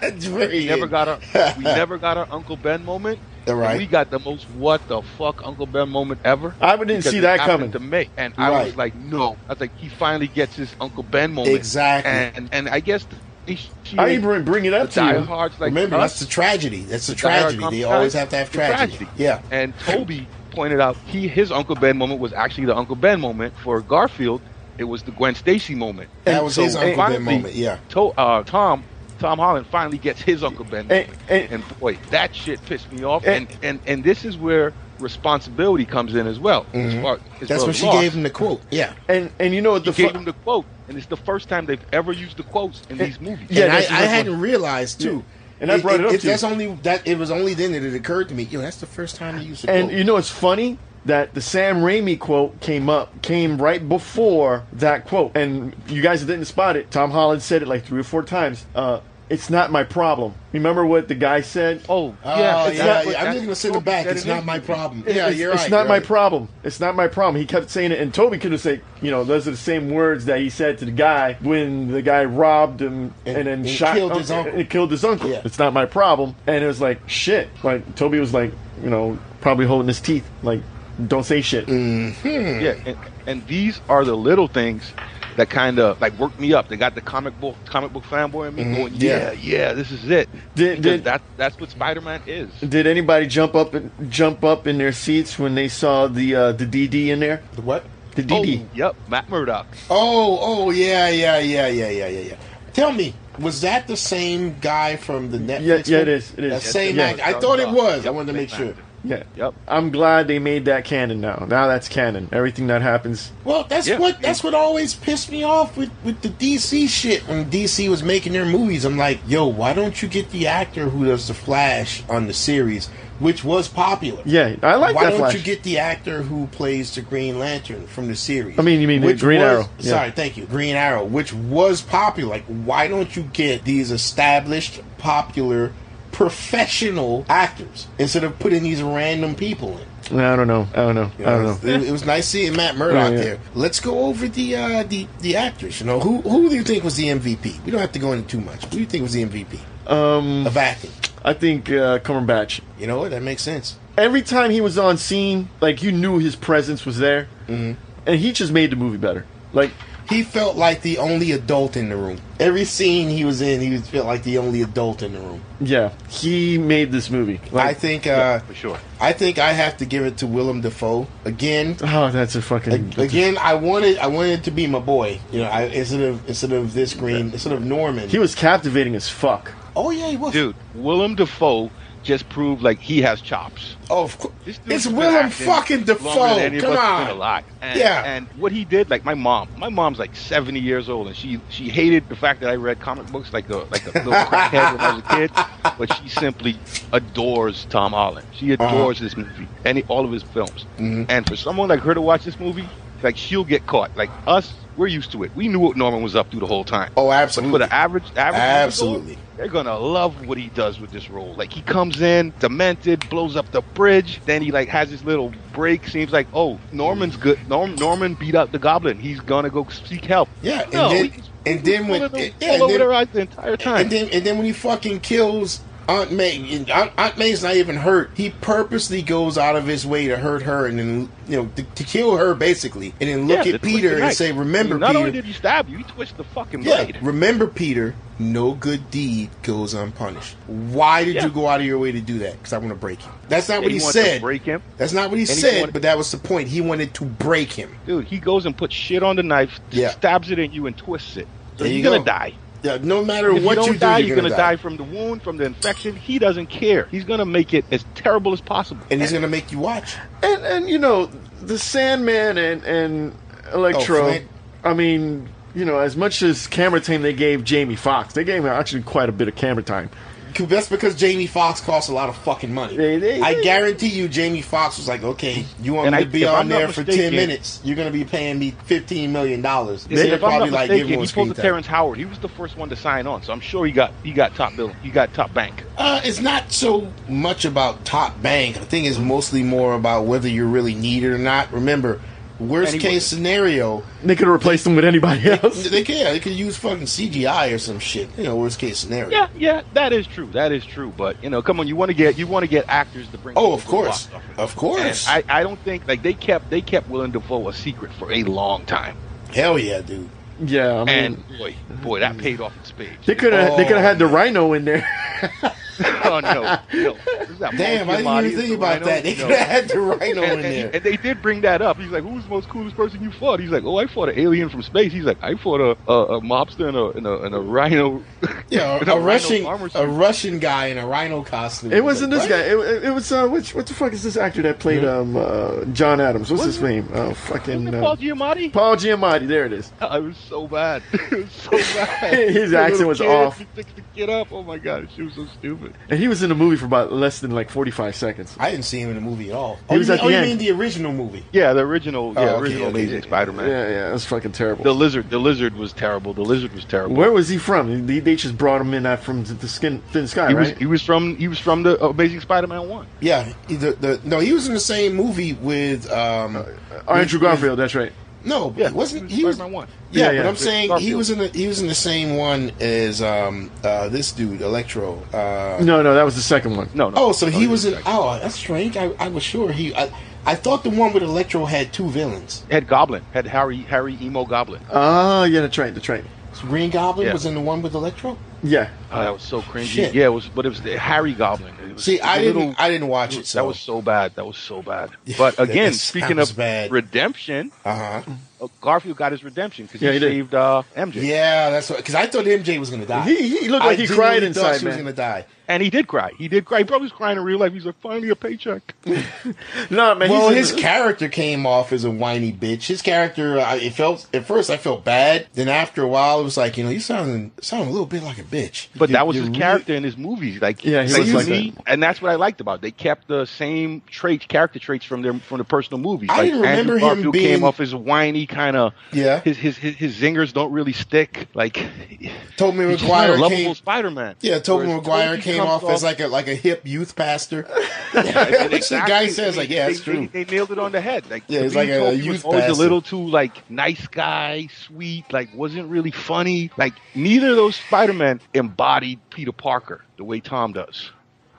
It's very We never end. got our we never got our Uncle Ben moment. All right. And We got the most what the fuck Uncle Ben moment ever. I didn't Because see it that coming. happened to me, and I was Right. like, no. I was like, he finally gets his Uncle Ben moment. Exactly. And and I guess they should- I even bring it up the to you. diehards like Remember, us, that's the tragedy. That's the the diehard tragedy. They comic always guys, have to have the tragedy. Yeah. And Toby pointed out he his Uncle Ben moment was actually the Uncle Ben moment for Garfield. It was the Gwen Stacy moment. That And was so his Uncle Ben finally, moment, yeah. To, uh, Tom Tom Holland finally gets his Uncle Ben And- moment, and- and, boy, that shit pissed me off. And- And and and this is where responsibility comes in as well. As far, as Mm-hmm. That's well when as she loss. gave him the quote. Yeah. And and you know what the She gave fu- him the quote, and it's the first time they've ever used the quotes in these movies. Yeah, and I, that's the I next hadn't realized too. Yeah. And I brought it up to you. That's only that it was only then that it occurred to me. Yo, that's the first time you used the And quote. you know it's funny that the Sam Raimi quote came up came right before that quote, and you guys didn't spot it. Tom Holland said it like three or four times. Uh, it's not my problem. Remember what the guy said? Oh, Oh, yeah, yeah, but yeah, that- but I'm that- just gonna send it Toby back. said It's in not his my movie. problem. Yeah, it's, you're it's right. not you're my right. problem. It's not my problem. He kept saying it, and Toby could have said, you know, those are the same words that he said to the guy when the guy robbed him and, And- then and shot killed his uncle. And killed his uncle. Yeah. It's not my problem. And it was like shit. Like Toby was like, you know, probably holding his teeth. Like, don't say shit. Mm. Yeah, and, and these are the little things that kind of like work me up. They got the comic book comic book fanboy in me going, yeah. yeah, yeah, this is it. Did- Because did- that that's what Spider Man is. Did anybody jump up and jump up in their seats when they saw the uh, the DD in there? The what? The DD. Oh, yep, Matt Murdock. Oh, oh yeah, yeah, yeah, yeah, yeah, yeah, yeah. Tell me, was that the same guy from the Netflix? Yeah, yeah, it one? is, it is. That Yes, same yeah. actor. I thought it was. I Yep, wanted to same make sure. actor. Yeah. Yep. I'm glad they made that canon now. Now that's canon. Everything that happens. Well, that's Yeah. what that's what always pissed me off with with the DC shit. When DC was making their movies, I'm like, yo, why don't you get the actor who does the Flash on the series, which was popular? Yeah, I like why that don't Flash. you get the actor who plays the Green Lantern from the series? I mean, you mean the Green was- Arrow, yeah. Sorry, thank you, Green Arrow, which was popular. Like, why don't you get these established, popular, professional actors instead of putting these random people in? I don't know. I don't know. You I know, don't know. It, it was nice seeing Matt Murdock Yeah, yeah. there. Let's go over the uh, the the actors. You know, who who do you think was the MVP? We don't have to go into too much. Who do you think was the MVP Um, of acting? I think uh, Cumberbatch. You know what? That makes sense. Every time he was on scene, like you knew his presence was there, Mm-hmm. and he just made the movie better. Like He felt like the only adult in the room. Every scene he was in, he was- felt like the only adult in the room. yeah, he made this movie. I Like think uh, For sure. I think I have to give it to Willem Dafoe again. oh, that's a fucking Again, I wanted I wanted to be my boy. You know, I, instead of instead of this green, instead of Norman. He was captivating as fuck. oh yeah, he was. Dude, Willem Dafoe just proved like he has chops. Oh, of course. This dude's It's been Willem acting fucking longer than Defoe. any of Come us has been on. alive. And, Yeah. And what he did, like my mom, my mom's like seventy years old, and she she hated the fact that I read comic books like a like a [laughs] little crackhead when I was a kid. But she simply adores Tom Holland. She Uh-huh. adores this movie and all of his films. Mm-hmm. And for someone like her to watch this movie, like she'll get caught. Like us, we're used to it. We knew what Norman was up to the whole time. Oh, For absolutely. the average, average Absolutely. individual, they're gonna love what he does with this role. Like he comes in, demented, blows up the bridge. Then he like has his little break. Seems like, oh, Norman's good. Norm, Norman beat up the Goblin. He's gonna go seek help. Yeah, and No, then- he- and he then was when- pulling them yeah, and all over then- their eyes the entire time. And then, and then when he fucking kills Aunt May, and Aunt, Aunt May's not even hurt. He purposely goes out of his way to hurt her, and then you know to, to kill her basically, and then look Yeah, at the Peter twisted and knife. say, "Remember, Not only Peter." did he stab you, he twisted the fucking Yeah, blade. remember, Peter. No good deed goes unpunished. Why did Yeah. you go out of your way to do that? Because I want to break him. That's not And what he he, wanted to said. break him. That's not what he And he said. wanted- but that was the point. He wanted to break him. Dude, he goes and puts shit on the knife, Yeah. stabs it in you, and twists it. So There you're you gonna go. die. Yeah, no matter If what you don't do, die, you're, gonna, die. from the wound, from the infection. He doesn't care. He's gonna make it as terrible as possible. and he's gonna make you watch. And and you know, the Sandman and and Electro. Oh, Flint. I mean, you know, as much as camera time they gave Jamie Foxx, they gave him actually quite a bit of camera time. That's because Jamie Foxx costs a lot of fucking money. They- they- I guarantee you, Jamie Foxx was like, "Okay, you want And me I- to be if on I'm not there for ten mistaken- minutes? You're gonna be paying me fifteen million dollars." So And they're if I'm probably not like, mistaken, "Give him he screen pulled the time." Terrence Howard. He was the first one to sign on, so I'm sure he got he got top bill. He got top bank. Uh, it's not so much about top bank. The thing is mostly more about whether you really need it or not. Remember, worst And he case scenario, They could have replaced him with anybody else. they can they could use fucking CGI or some shit. You know, worst case scenario. Yeah, yeah, that is true. That is true. But you know, come on, you want to get you want to get actors to bring. Oh, of people to the course, box office. of course. And I, I don't think like they kept they kept Willem Dafoe a secret for a long time, Hell yeah, dude. Yeah, I mean, and boy, boy, that paid off in spades. [laughs] they could have they could have had the Oh. Rhino in there. oh no, no. Damn, I didn't even think about that. [laughs] They could have had the rhino in and, and- there. [laughs] and they did bring that up. He's like, "Who's the most coolest person you fought?" He's like, "Oh, I fought an alien from space." He's like, "I fought a a, a mobster and a and a, and a rhino." Yeah, in a, rhino Russian armor a suit. Russian guy in a rhino costume. It wasn't this What? guy. It, it- it was uh, which what the fuck is this actor that played um uh, John Adams? What's his name? Oh fucking Wasn't it uh, Paul Giamatti? Paul Giamatti. There it is. [laughs] I was so bad. [laughs] It [laughs] was so bad. His The accent little was kid, off. [laughs] He picked the kid up. Oh my god, she was so stupid. And he was in the movie for about less than like forty five seconds. I didn't see him in the movie at all. He oh, was you, at mean, the oh, end. you mean the original movie? Yeah, the original, yeah, Oh, okay, original okay, Amazing yeah. Spider-Man. Yeah, yeah, that's fucking terrible. The lizard, the lizard was terrible. The lizard was terrible. Where was he from? They, they just brought him in uh, from the, the skin thin sky, He was, right? he was from, he was from the Amazing Spider-Man one. Yeah, he- the, the no, he was in the same movie with um. Oh, Andrew Garfield. That's right. No, Uh, Yeah, wasn't he he? was Was, Spider-Man one. Yeah, Yeah, but yeah. I'm saying he Garfield. was in the he was in the same one as um uh this dude Electro. Uh, No, no, that was the second one. No, no. Oh, so he No, was in. right. Oh, that's strange. I, I was sure he. I, I thought the one with Electro had two villains. had Goblin, had Harry, Harry emo Goblin. Ah, yeah, that's right. That's right. Green Goblin Yeah. was in the one with Electro. Yeah. Oh, that was so cringy. Shit. Yeah, it was, but it was the Harry Goblin. It was See, the I little- didn't. I didn't watch it. So That was so bad. That was [laughs] so bad. But again, That's- speaking that was of bad. redemption, Uh huh. uh, Garfield got his redemption because Yeah, he, he did. saved uh, MJ, Yeah, that's what. Because I thought MJ was gonna die. He- he looked like I he cried genuinely thought inside, She was man. gonna die. and he did cry. He did cry. He probably was crying in real life. He's like, finally a paycheck. No, man. Well, he's his character came off as a whiny bitch. His character, I, it felt at first I felt bad. Then after a while, it was like you know you sound sound a little bit like a bitch. But You- that was you his really- character in his movies. Like, Yeah, he was you like see- that. and that's what I liked about. it. They kept the same traits, character traits from their from the personal movies. I like didn't remember Andrew him Garfield being- came off as whiny, kind of. Yeah. His, his his his zingers don't really stick. Like, Tobey he's just not a Maguire lovable came. Spider-Man. Yeah, Tobey Whereas Maguire Tobey came comes off as like a like a hip youth pastor. [laughs] And Which [laughs] the guy says, like, yeah, they- that's true. They, they nailed it on the head. Like, Yeah, it's Toby like a Toby was youth always a pastor. little too like nice guy, sweet, like wasn't really funny. Like neither of those Spider Men embodied Peter Parker the way Tom does.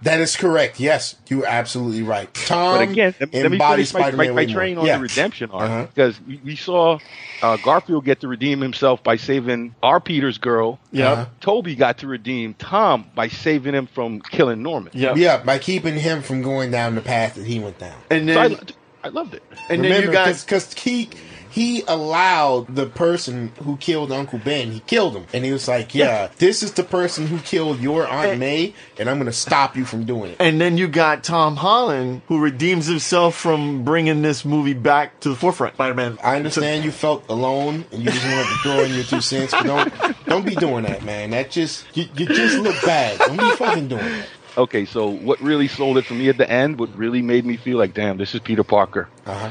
That is correct. Yes, you're absolutely right. Tom But again, let, let me embodies finish my, Um, Spider-Man my, way my more. train on Yeah. the redemption arc Uh-huh. because we, we saw uh, Garfield get to redeem himself by saving our Peter's girl. yeah. Uh-huh. Toby got to redeem Tom by saving him from killing Norman. Yeah. Yeah, by keeping him from going down the path that he went down. And So I, then lo- I loved it. and then Remember, you guys. because he he allowed the person who killed Uncle Ben, he killed him. And he was like, Yeah, this is the person who killed your Aunt May, and I'm going to stop you from doing it. And then you got Tom Holland, who redeems himself from bringing this movie back to the forefront. Spider-Man. I understand you felt alone and you just wanted to throw in your two cents, but don't don't be doing that, man. That just you, you just look bad. Don't be fucking doing that. Okay, so what really sold it for me at the end, what really made me feel like, damn, this is Peter Parker, Uh-huh.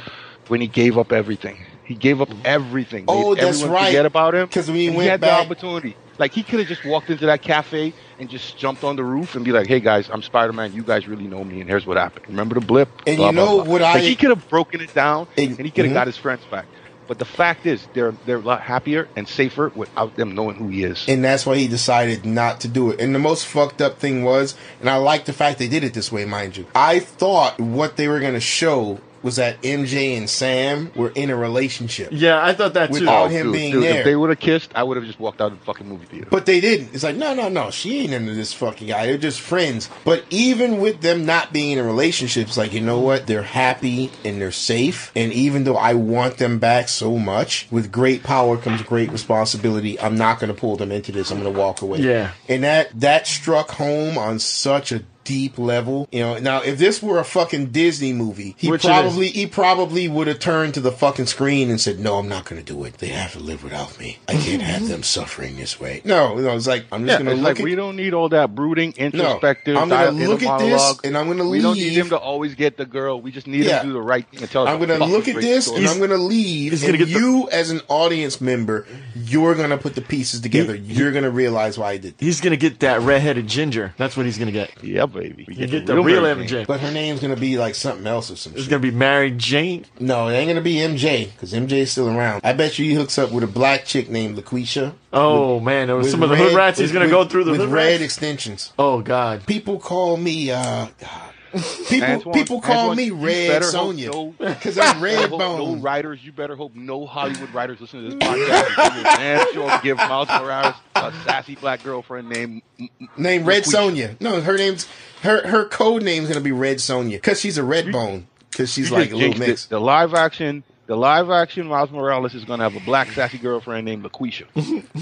when he gave up everything. He gave up everything. Oh, Made that's everyone right. Forget about him 'Cause we and went he had back- the opportunity. Like he could have just walked into that cafe and just jumped on the roof and be like, "Hey guys, I'm Spider Man. You guys really know me, and here's what happened. Remember the blip?" And you know what Like, I- he could have broken it down And- and, he could have mhm. got his friends back. But the fact is, they're they're a lot happier and safer without them knowing who he is. And that's why he decided not to do it. And the most fucked up thing was, and I like the fact they did it this way, mind you. I thought what they were going to show was that MJ and Sam were in a relationship. Yeah, I thought that too. Without him being there. Oh, If they would have kissed, I would have just walked out of the fucking movie theater. But they didn't. It's like, no, no, no. She ain't into this fucking guy. They're just friends. But even with them not being in relationships, like, you know what? They're happy and they're safe. And even though I want them back so much, with great power comes great responsibility. I'm not going to pull them into this. I'm going to walk away. Yeah. And that, that struck home on such a deep level. You know, now if this were a fucking Disney movie, he Which it is. probably, he probably would have turned to the fucking screen and said, "No, I'm not going to do it. They have to live without me. I can't Mm-hmm. have them suffering this way." No, no, it's like I'm just Yeah, going it's to look like we at. don't need all that brooding, introspective. I'm gonna dial- inner look at this, monologue. and I'm gonna We don't need leave. him to always get the girl. We just need Yeah. him to do the right thing and tell us. I'm a going to fucking look at great this, story. and I'm going to leave. he's gonna and get the- you, as an audience member, you're going to put the pieces together. you're going to realize why I did. This. He's gonna get that redheaded ginger. That's what he's gonna get. yeah, baby. We You get the real MJ. But her name's going to be like something else or some It's shit. gonna be Mary Jane. No, it ain't gonna be MJ because MJ's still around. I bet you he hooks up with a black chick named LaQuisha. Oh man, there was With some of the hood red- rats. He's with- gonna with- go through the with hood red rats. extensions. oh god. People call me uh, God. people Antoine- people call Antoine, me you Red better Sonia hope no- because I'm [laughs] red No, no bone. writers, you better hope no Hollywood writers listen to this podcast. You will damn sure give Miles Morales a sassy black girlfriend named M- M- Named Red LaQuisha. Sonia. No, her name's her her code name's gonna be Red Sonia because she's a red bone because she's like a just little jinxed it. mix. The live action, the live action Miles Morales is going to have a black sassy girlfriend named LaQuisha.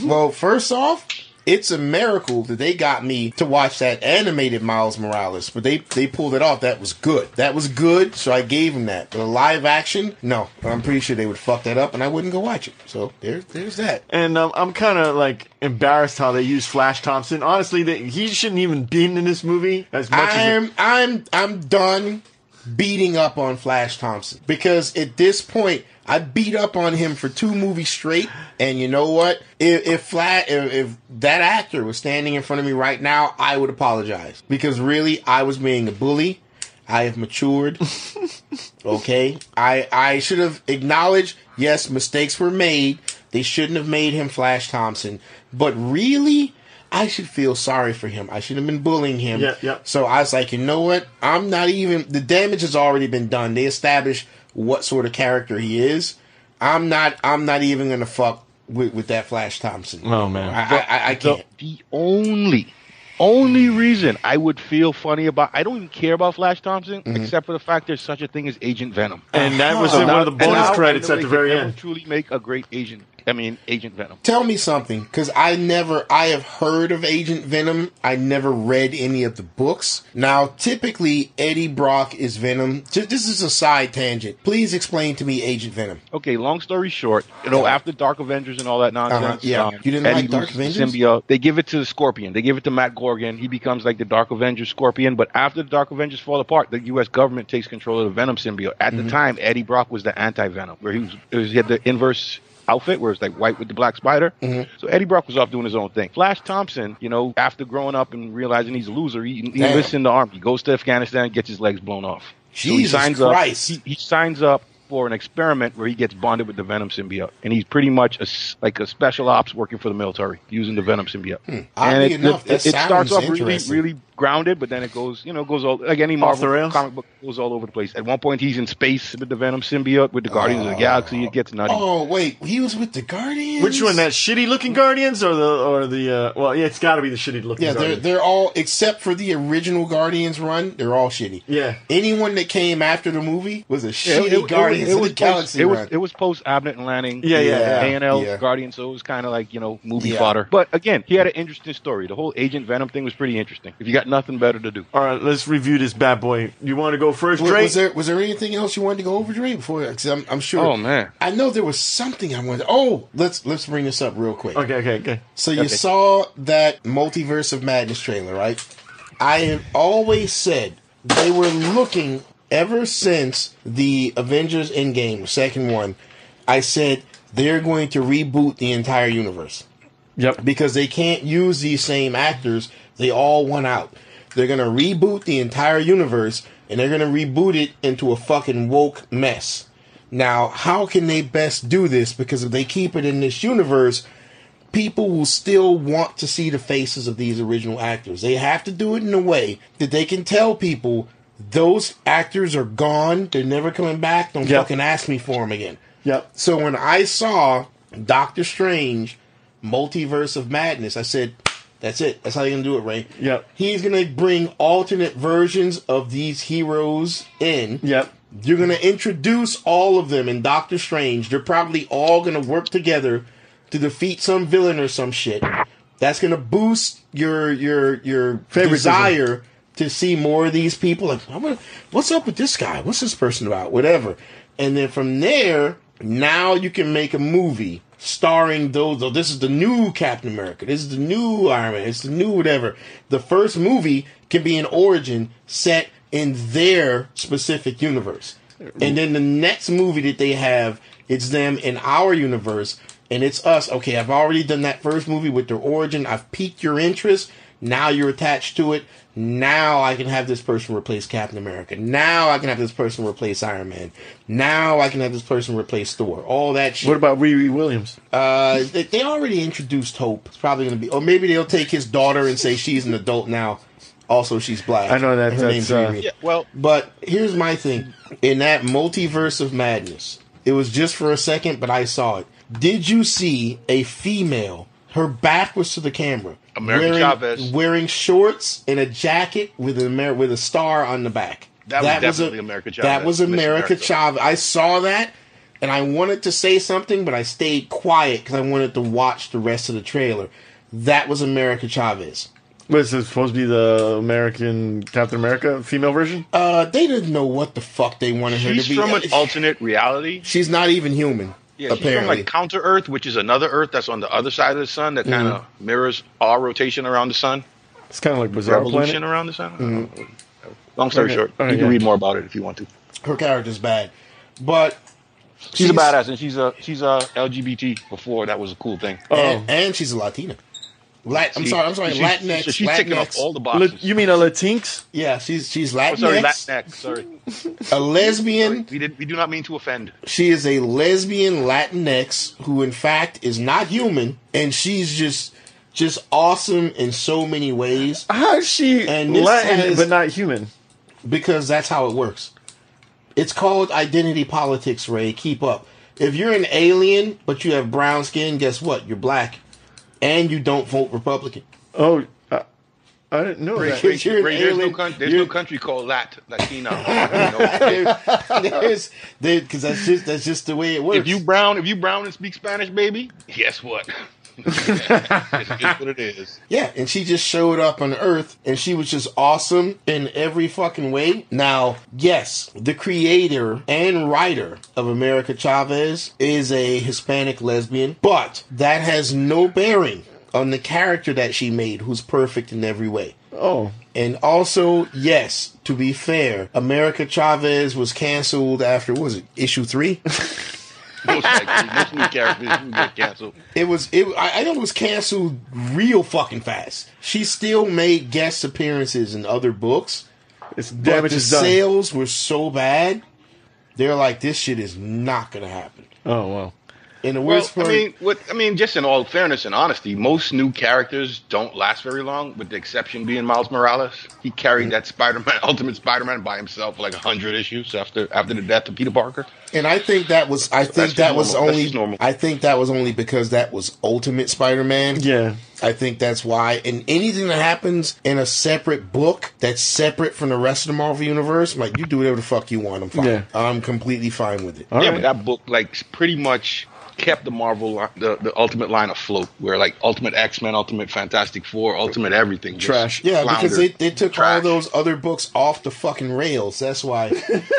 Well, first off. It's a miracle that they got me to watch that animated Miles Morales, but they they pulled it off. That was good. That was good, so I gave him that. But a live action, no. I'm pretty sure they would fuck that up, and I wouldn't go watch it. So there, there's that. And um, I'm kind of like embarrassed how they used Flash Thompson. Honestly, that he shouldn't even been in this movie as much as. I'm I'm I'm done beating up on Flash Thompson because at this point I beat up on him for two movies straight, and you know what? If if, Flash, if, if that actor was standing in front of me right now, I would apologize because really I was being a bully. I have matured. [laughs] Okay, I I should have acknowledged. Yes, mistakes were made. They shouldn't have made him Flash Thompson. But really, I should feel sorry for him. I should have been bullying him. Yeah, yeah. So I was like, you know what? I'm not even. The damage has already been done. They established what sort of character he is. I'm not. I'm not even gonna fuck with, with that Flash Thompson. Oh, man. I I, I, I the, can't. the only only reason I would feel funny about I don't even care about Flash Thompson except for the fact there's such a thing as Agent Venom. and [laughs] that was So in now- one of the And bonus now I credits know at they the could very never end. Truly make a great Agent. I mean Agent Venom. Tell me something, because I never, I have heard of Agent Venom. I never read any of the books. Now, typically, Eddie Brock is Venom. Ju- This is a side tangent. Please explain to me Agent Venom. Okay, long story short, you know, after Dark Avengers and all that nonsense, um, Uh-huh, yeah. You didn't Eddie like Dark loses the Avengers? Symbiote. They give it to the Scorpion. They give it to Matt Gorgon. He becomes like the Dark Avengers Scorpion. But after the Dark Avengers fall apart, the U.S. government takes control of the Venom symbiote. At Mm-hmm. the time, Eddie Brock was the anti-Venom, where he was, it was he had the inverse. Outfit where it's like white with the black spider. Mm-hmm. So Eddie Brock was off doing his own thing. Flash Thompson, you know, after growing up and realizing he's a loser, he, he Damn. enlists in the army, He goes to Afghanistan, gets his legs blown off. So he Jesus signs Christ. Up, he, he signs up for an experiment where he gets bonded with the Venom symbiote, and he's pretty much a s like a special ops working for the military using the Venom symbiote. Hmm. Oddly And enough, that sounds starts off really, interesting. really grounded, but then it goes, you know, it goes all like any Marvel the rails? comic book goes all over the place. At one point, he's in space with the Venom symbiote with the Guardians of the Galaxy. It gets nutty. Oh wait, he was with the Guardians. Which one? That shitty looking Guardians or the or the? Uh, well, yeah, it's got to be the shitty looking. Yeah, they're Guardians. they're all except for the original Guardians run. They're all shitty. yeah. Anyone that came after the movie was a Yeah, shitty Guardians of the post, Galaxy it was run. it was post Abnett and Lanning. Yeah, yeah, yeah. A and L Yeah. Guardian, so it was kind of like you know movie Yeah. fodder. But again, he had an interesting story. The whole Agent Venom thing was pretty interesting. If you got nothing better to do, All right, let's review this bad boy. You want to go first, was, Drake? was there was there anything else you wanted to go over, Dre? Before, because I'm, I'm sure. Oh, man. I know there was something I wanted. Oh, let's let's bring this up real quick. Okay, okay, okay. So you saw that Multiverse of Madness trailer, right? I have always said they were looking ever since the Avengers Endgame, the second one. I said they're going to reboot the entire universe Yep. because they can't use these same actors. They all went out. They're gonna reboot the entire universe and they're gonna reboot it into a fucking woke mess. Now, how can they best do this? Because if they keep it in this universe, people will still want to see the faces of these original actors. They have to do it in a way that they can tell people those actors are gone. They're never coming back. Don't Yeah. fucking ask me for them again. Yep. So when I saw Doctor Strange, Multiverse of Madness, I said, "That's it. That's how they're gonna do it, Ray." Yep. He's gonna bring alternate versions of these heroes in. Yep. You're gonna introduce all of them in Doctor Strange. They're probably all gonna work together to defeat some villain or some shit. That's gonna boost your your your Favoritism. desire to see more of these people. Like, I wanna- what's up with this guy? What's this person about? Whatever. And then from there, now you can make a movie starring those. oh, This is the new Captain America. This is the new Iron Man. It's the new whatever. The first movie can be an origin set in their specific universe. And then the next movie that they have, it's them in our universe, and it's us. Okay, I've already done that first movie with their origin. I've piqued your interest. Now you're attached to it. Now I can have this person replace Captain America. Now I can have this person replace Iron Man. Now I can have this person replace Thor. All that shit. What about Riri Williams? Uh, they, they already introduced Hope. It's probably gonna be, or maybe they'll take his daughter and say she's an adult now. Also, she's black. I know that- Her that's, name's uh, Riri. yeah. Well, But here's my thing in that multiverse of madness, it was just for a second, but I saw it. Did you see a female? Her back was to the camera. American wearing, Chavez. wearing shorts and a jacket with an Amer- with a star on the back. That was definitely a, America That Chavez, was Miss America America. Chavez. I saw that, and I wanted to say something, but I stayed quiet because I wanted to watch the rest of the trailer. That was America Chavez. Was it supposed to be the American Captain America female version? Uh, they didn't know what the fuck they wanted her She's to be. from an [laughs] alternate reality. She's not even human. Yeah, she's from apparently. like Counter Earth, which is another Earth that's on the other side of the sun that kind of mirrors our rotation around the sun, It's kind of like Bizarre revolution Planet. around the sun. Long story Okay, short, okay, you can yeah. read more about it if you want to. Her character's bad, but she's, a badass, and she's a she's a LGBT. Before that was a cool thing. And, and she's a Latina. Lat- I'm She- sorry. I'm sorry. she's- Latinx. so she's ticking off Latinx. all the La- boxes. you mean uh, a Latinx? yeah, she's she's oh, sorry, Latinx. Hmm? Latinx. Sorry, a lesbian. we did. We do not mean to offend. She is a lesbian Latinx who, in fact, is not human, and she's just just awesome in so many ways How is she And this Latin has- but not human? because that's how it works. It's called identity politics, Ray. Keep up. If you're an alien but you have brown skin, guess what? You're black, and you don't vote Republican. [laughs] Oh, I, I didn't know that. [laughs] You're an Ray, there's no, alien. coun- there's You're- no country called Lat [laughs] Latina. Latino. there's because that's just that's just the way it works. if you brown, if you brown and speak Spanish, baby, guess [laughs] what? [laughs] it's, it's what it is. yeah, and she just showed up on Earth, and she was just awesome in every fucking way. Now, yes, the creator and writer of America Chavez is a Hispanic lesbian, but that has no bearing on the character that she made, who's perfect in every way. Oh, And also, yes, to be fair, America Chavez was canceled after what was it issue three? [laughs] Most likely, most new characters who get canceled. It was it. I I know it was canceled real fucking fast. She still made guest appearances in other books, it's but damage the is done. sales were so bad, they're like, this shit is not gonna happen. Oh wow. And the Well, worst I part, mean, what I mean, just in all fairness and honesty, most new characters don't last very long, with the exception being Miles Morales. He carried that Spider-Man, [laughs] Ultimate Spider-Man, by himself for like hundred issues after after the death of Peter Parker. and I think that was I think just that was normal. That's only just normal. I think that was only because that was Ultimate Spider-Man. Yeah. I think that's why. And anything that happens in a separate book that's separate from the rest of the Marvel universe, I'm like you do whatever the fuck you want. I'm fine. Yeah. I'm completely fine with it. All yeah, right. but that book like pretty much kept the Marvel line, the the Ultimate line afloat, where like Ultimate X-Men, Ultimate Fantastic Four, Ultimate everything. just Trash. Yeah, because they, floundered. they took all Trash. those other books off the fucking rails. That's why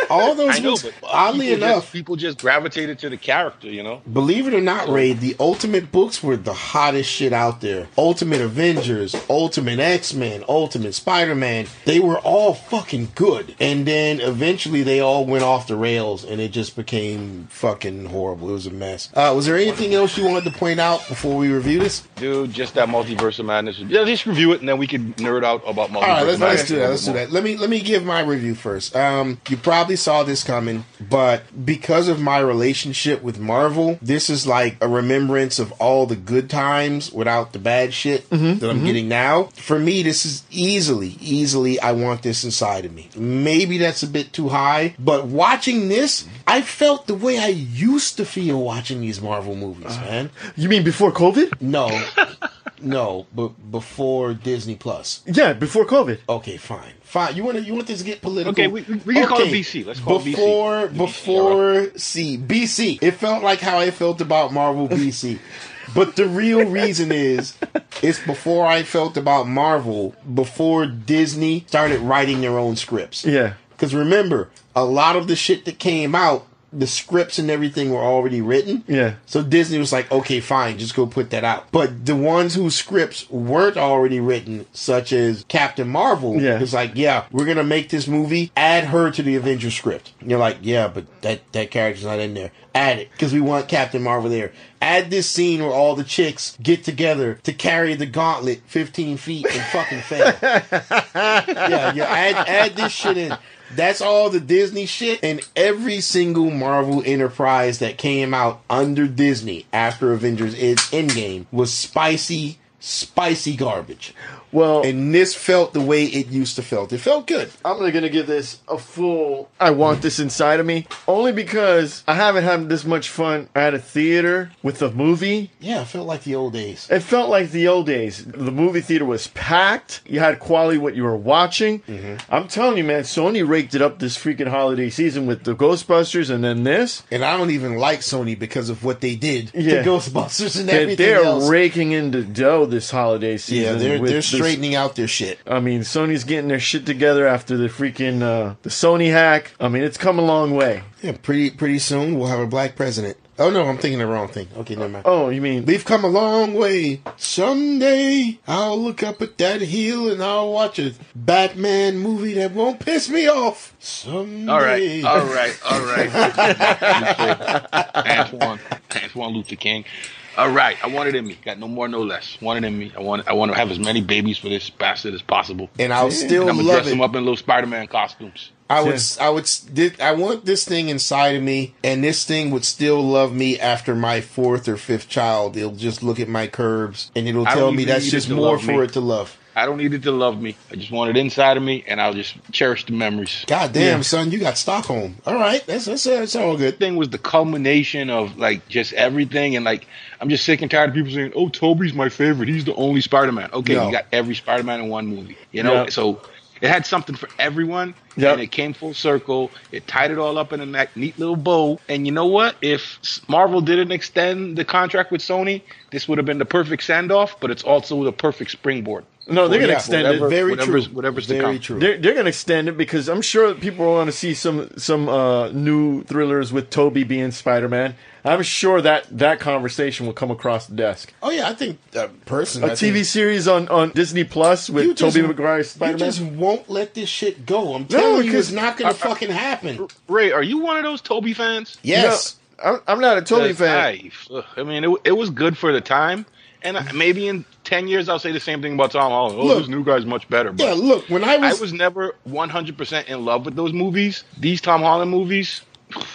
all those I know, books. but Oddly people just- enough, people just gravitated to the character, you know. Believe it or not, Ray, the Ultimate books were the hottest shit out there. Ultimate Avengers, Ultimate X Men, Ultimate Spider Man. They were all fucking good. And then eventually they all went off the rails and it just became fucking horrible. It was a mess. Uh, was there anything else you wanted to point out before we review this? Dude, just that multiverse of madness. Yeah, just review it and then we can nerd out about multiverse. All right, let's, of madness let's do that. Let's do that. Let me let me give my review first. Um, you probably saw this coming, but because of my relationship with Marvel, this is like a remembrance of all the good times without the bad shit that I'm getting now. For me, this is easily, easily. I want this inside of me. Maybe that's a bit too high, but watching this, I felt the way I used to feel watching these Marvel movies, man. You mean before COVID? No, no, but before Disney Plus. Yeah, before COVID. Okay, fine, fine. You want to you want this to get political? Okay, we- we- we can call it BC. Let's call it BC. before The BC before C BC. It felt like how I felt about Marvel [laughs] BC, but the real reason is it's before I felt about Marvel before Disney started writing their own scripts. Yeah. Because remember, a lot of the shit that came out, the scripts and everything were already written. Yeah. So Disney was like, okay, fine, just go put that out. But the ones whose scripts weren't already written, such as Captain Marvel, Yeah. is like, yeah, we're gonna make this movie. Add her to the Avengers script. And you're like, yeah, but that that character's not in there. Add it because we want Captain Marvel there. Add this scene where all the chicks get together to carry the gauntlet 15 feet and fucking fail yeah, yeah. Add, add this shit in. That's all the Disney shit and every single Marvel enterprise that came out under Disney after Avengers End- Endgame was spicy, spicy garbage. Well, And this felt the way it used to felt. It felt good. I'm gonna- gonna give this a full. I want this inside of me only because I haven't had this much fun at a theater with a movie. Yeah, it felt like the old days. It felt like the old days. The movie theater was packed. You had quality what you were watching. Mm-hmm. I'm telling you, man, Sony raked it up this freaking holiday season with the Ghostbusters and then this. And I don't even like Sony because of what they did Yeah. to Ghostbusters and They, everything they're else. raking into dough this holiday yeah, season. they're with they're this- straightening out their shit. I mean, Sony's getting their shit together after the freaking uh, the Sony hack. I mean, it's come a long way. Yeah, pretty pretty soon we'll have a black president. Oh no, I'm thinking the wrong thing. Okay, never mind. Oh, you mean We've come a long way. Someday I'll look up at that hill and I'll watch a Batman movie that won't piss me off. Someday. All right, All right, all [laughs] right. Antoine, Antoine Luther King. All right, I want it in me. Got no more, no less. Want it in me. I want. I want to have as many babies for this bastard as possible. And I'll still And I'm gonna love dress it. them up in little Spider-Man costumes. I would, I would, did, I want this thing inside of me, and this thing would still love me after my fourth or fifth child. It'll just look at my curves and it'll I tell don't me even that's need it just to more love me. for it to love. I don't need it to love me. I just want it inside of me, and I'll just cherish the memories. God damn, son, you got Stockholm. All right, that's that's, that's all good. thing was the culmination of like just everything and like I'm just sick and tired of people saying, "Oh, Toby's my favorite. He's the only Spider-Man." Okay, No. you got every Spider-Man in one movie. You know, Yeah. so it had something for everyone, Yeah. and it came full circle. It tied it all up in a ne- neat little bow. And you know what? If S- Marvel didn't extend the contract with Sony, this would have been the perfect send-off. But it's also the perfect springboard. no? They're gonna Yeah, extend whatever- it. Very whatever's- true. whatever's to Very come. true. They're, they're gonna extend it because I'm sure people want to see some some uh, new thrillers with Toby being Spider Man. I'm sure that that conversation will come across the desk. oh yeah, I think uh, A personally, I think- TV series on, on Disney Plus with You just- Toby Maguire Spider You just Man. won't let this shit go. I'm telling you, because- it's not going to fucking happen. Ray, are you one of those Toby fans? Yes. I'm, I'm not a Toby Because fan. I, I mean, it, it was good for the time, and I, maybe in ten years I'll say the same thing about Tom Holland. Oh, Look. this new guy's much better. But yeah, look, when I I was, was never one hundred percent in love with those movies. [sighs] These Tom Holland movies,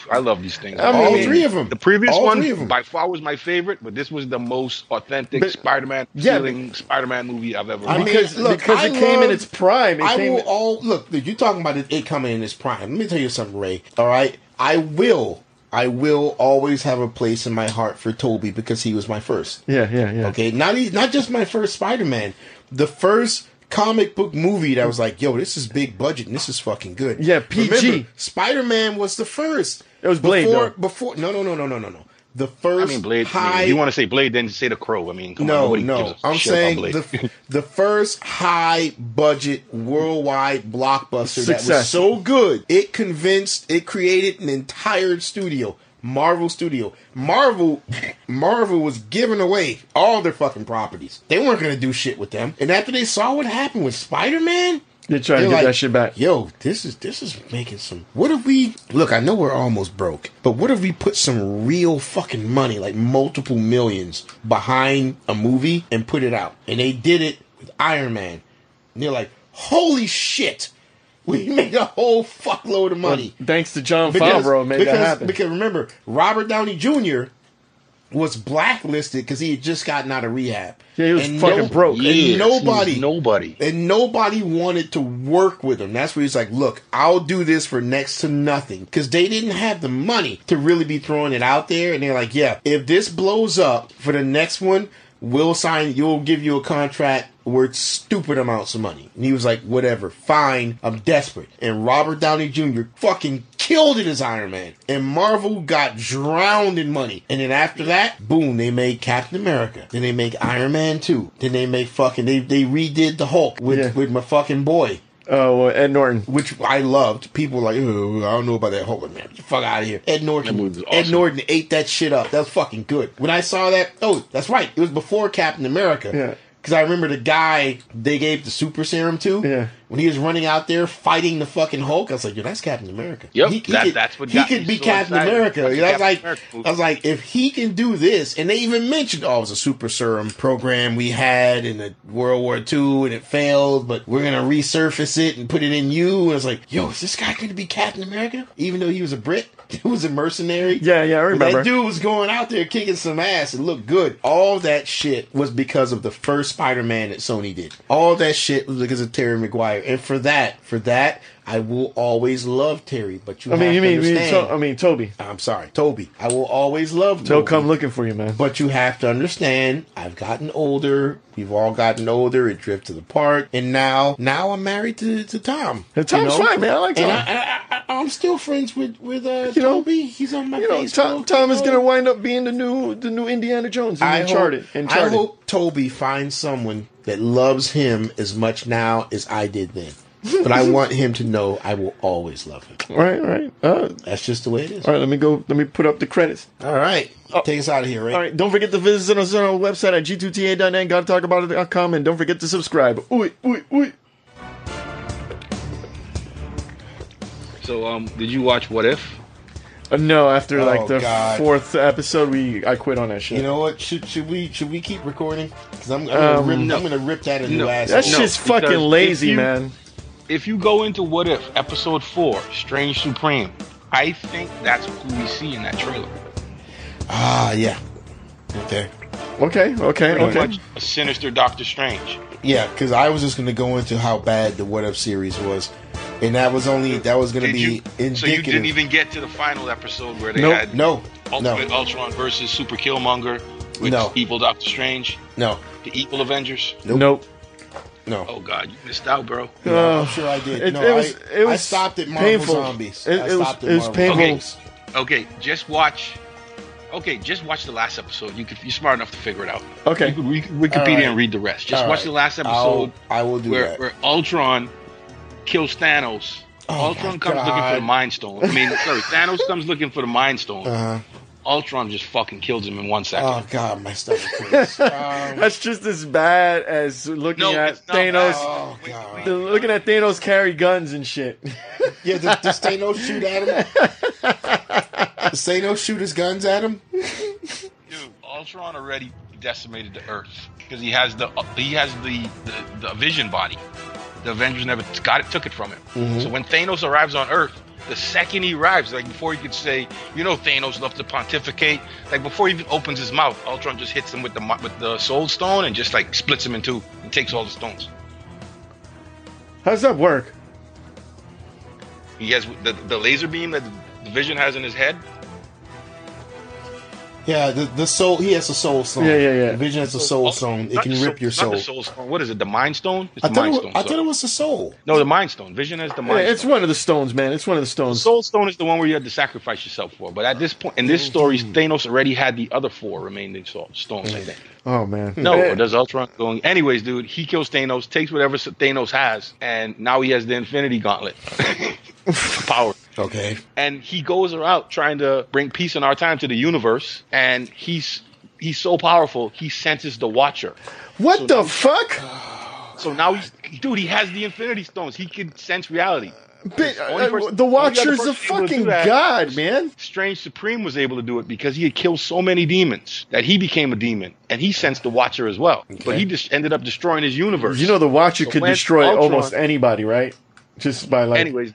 I love these things. I all mean, three of them. The previous all three of one them. by far was my favorite, but this was the most authentic But- Spider-Man yeah, feeling Spider-Man movie I've ever. I watched. mean, because look, because I it came in love- its prime. It I came will all look. dude, You're talking about it, it coming in its prime. Let me tell you something, Ray. All right, I will. I will always have a place in my heart for Toby because he was my first. yeah, yeah, yeah. Okay, not e- not just my first Spider-Man, the first comic book movie that was like, yo, this is big budget and this is fucking good. Yeah, PG. Remember, Spider-Man was the first. It was Blade, before. though. Before no no no no no no no. The I first mean, Blade. I mean, high you want to say Blade? Then say the Crow. I mean, come on, no, nobody no. gives a I'm shit about saying Blade. the the first high budget worldwide blockbuster that was Success. so good it convinced it created an entire studio, Marvel Studio. Marvel, Marvel was giving away all their fucking properties. They weren't gonna do shit with them. And after they saw what happened with Spider Man, They're trying to get they're that like, shit back. Yo, this is this is making some. What if we look? I know we're almost broke, but what if we put some real fucking money, like multiple millions, behind a movie and put it out? And they did it with Iron Man. And they're like, holy shit, we [laughs] made a whole fuckload of money. Um, Thanks to John Favreau, made because, that happen. because remember, Robert Downey Jr. was blacklisted because he had just gotten out of rehab. Yeah, he was fucking broke. And Yes, he was nobody, nobody. and nobody wanted to work with him. That's where he's like, look, I'll do this for next to nothing. Because they didn't have the money to really be throwing it out there. And they're like, yeah, if this blows up for the next one, we'll sign, you'll give you a contract worth stupid amounts of money. And he was like, whatever, fine, I'm desperate. And Robert Downey Jr. fucking killed it as Iron Man. And Marvel got drowned in money. And then after that, boom, they made Captain America. Then they make Iron Man 2. Then they make fucking, they, they redid the Hulk with, Yeah. with my fucking boy oh, well, Ed Norton. which I loved. People were like, "Ugh, I don't know about that Hulk, man. Get the fuck out of here. Ed Norton. That movie was Ed awesome. Norton ate that shit up. That was fucking good. When I saw that, oh, that's right. It was before Captain America. Yeah. Because I remember the guy they gave the super serum to. Yeah. When he was running out there fighting the fucking Hulk, I was like, yo, that's Captain America. Yep, He, he that- could, that's what he got could me be so Captain excited. America. That's You the know, I was Captain like, America movie. I was like, if he can do this, and they even mentioned, oh, it was a super serum program we had in the World War II and it failed, but we're gonna resurface it and put it in you. And I was like, yo, is this guy gonna be Captain America? Even though he was a Brit, [laughs] he was a mercenary. Yeah, yeah, I But remember. That dude was going out there kicking some ass and looked good. All that shit was because of the first Spider Man that Sony did. All that shit was because of Terry Maguire. And for that, for that, I will always love Terry. But you I have mean, you to mean, you mean, understand. to, I mean, Toby. I'm sorry, Toby. I will always love They'll Toby. come looking for you, man. But you have to understand, I've gotten older. We've all gotten older. It drifted apart, and now, now I'm married to, to Tom. And Tom's fine, man. I like Tom. And I, I, I, I'm still friends with with uh, You know- Toby. He's on my you know, Facebook, Tom, Tom is you going know. to wind up being the new the new Indiana Jones in I Uncharted. hope, I Uncharted. hope Toby finds someone that loves him as much now as I did then. but [laughs] I want him to know I will always love him. All right, all right. Uh, That's just the way it is. all right, let me go. Let me put up the credits. All right. Take us out of here, right? All right, don't forget to visit us on our website at g2ta.net, gotta talk about it.com, and don't forget to subscribe. Ooh, ooh, ooh. so, um, did you watch What If? Uh, no, after like Oh, the God. fourth episode, we I quit on that shit. You know what? Should should we should we keep recording? Because I'm I'm gonna, Um, rip, no. I'm gonna rip that in No. the last. that No, shit's because fucking if lazy, you- man. If you go into What If episode four, Strange Supreme, I think that's who we see in that trailer. Ah, yeah. Okay. Okay, okay, Pretty okay. much a sinister Doctor Strange. Yeah, because I was just gonna go into how bad the What If series was, and that was only that was gonna Did be you? indicative. So you didn't even get to the final episode where they Nope, had no, Ultimate Ultron versus Super Killmonger with No. evil Doctor Strange, no, the evil Avengers. Nope. Nope. no. Oh God, you missed out, bro. No, I'm Ugh. sure I did. It- no, it was- I, it I was stopped at Marvel painful. Zombies. It- I it was- stopped it was at painful. Marvel Okay, Zombies. okay, just watch. Okay, just watch the last episode. You could, you're smart enough to figure it out. You Okay. could re- Wikipedia All right. and read the rest. Just All watch right. the last I'll- episode I will do where, that. where Ultron kills Thanos. Oh, my Ultron comes looking for God. the Mind Stone. I mean, [laughs] sorry, Thanos comes looking for the Mind Stone. Uh-huh. Ultron just fucking kills him in one second. Oh God, my stomach hurts. [laughs] um, That's just as bad as looking No, at it's not Thanos. oh God. the- Looking at Thanos carry guns and shit. [laughs] Yeah, does, does Thanos shoot at him? Does Thanos shoot his guns at him? Dude, Ultron already decimated the Earth because he has the he has the, Mm-hmm. the the Vision body. The Avengers never got it, took it from him. So when Thanos arrives on Earth, The second he arrives, like before he could say, you know, Thanos loved to pontificate. Like before he even opens his mouth, Ultron just hits him with the mo- with the Soul Stone and just like splits him in two and takes all the stones. How's that work? He has the, the laser beam that the Vision has in his head. Yeah, the, the soul. He has a soul stone. Yeah, yeah, yeah. The Vision has a soul stone. It Oh, Not can the rip your not soul. the soul stone. What is it? The Mind Stone? It's I the thought, Mind it, Stone. wa- I thought sorry. it was the soul. no, the Mind Stone. Vision has the Yeah, Mind. it's stone. one of the stones, man. It's one of the stones. Soul Stone is the one where you had to sacrifice yourself for. But at this point, in this story, Thanos already had the other four remaining so- stones. I think. Oh man. No, Eh, there's Ultron going. Anyways, dude, he kills Thanos, takes whatever Thanos has, and now he has the Infinity Gauntlet [laughs] power. Okay. And he goes around trying to bring peace in our time to the universe. And he's he's so powerful, he senses the Watcher. what the fuck? So now, he's, dude, he has the Infinity Stones. He can sense reality. Bi- only uh, person- the only other Watcher's a person able to do fucking that. god, man. Strange Supreme was able to do it because he had killed so many demons that he became a demon, and he sensed the Watcher as well. But he just ended up destroying his universe. You know the Watcher could when destroy Ultron- almost anybody, right? Just by like [laughs] anyways,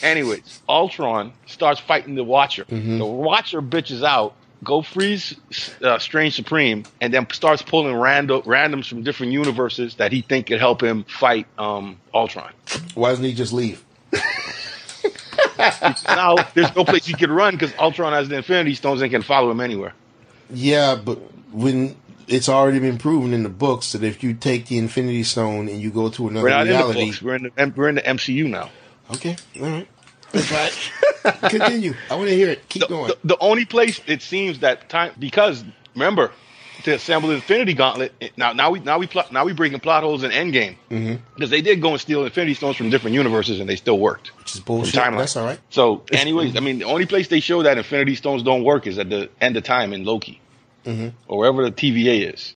anyways, Ultron starts fighting the Watcher. Mm-hmm. The Watcher bitches out. Go freeze uh, Strange Supreme, and then starts pulling random randoms from different universes that he think could help him fight um, Ultron. Why doesn't he just leave? now there's no place he could run because Ultron has the Infinity Stones and can follow him anywhere. Yeah, but when it's already been proven in the books that if you take the Infinity Stone and you go to another We're not in the reality, books. We're in the we're in the MCU now. okay, all right. But continue. I want to hear it. Keep the, going. the- the only place it seems that time because remember to assemble the Infinity Gauntlet. it- Now, now we now we plot now we breaking plot holes in Endgame Mm-hmm. because they did go and steal Infinity Stones from different universes and they still worked. which is bullshit. Timeline. That's all right. So, anyways, I mean, the only place they Mm-hmm. show that Infinity Stones don't work is at the end of time in Loki or wherever the TVA is.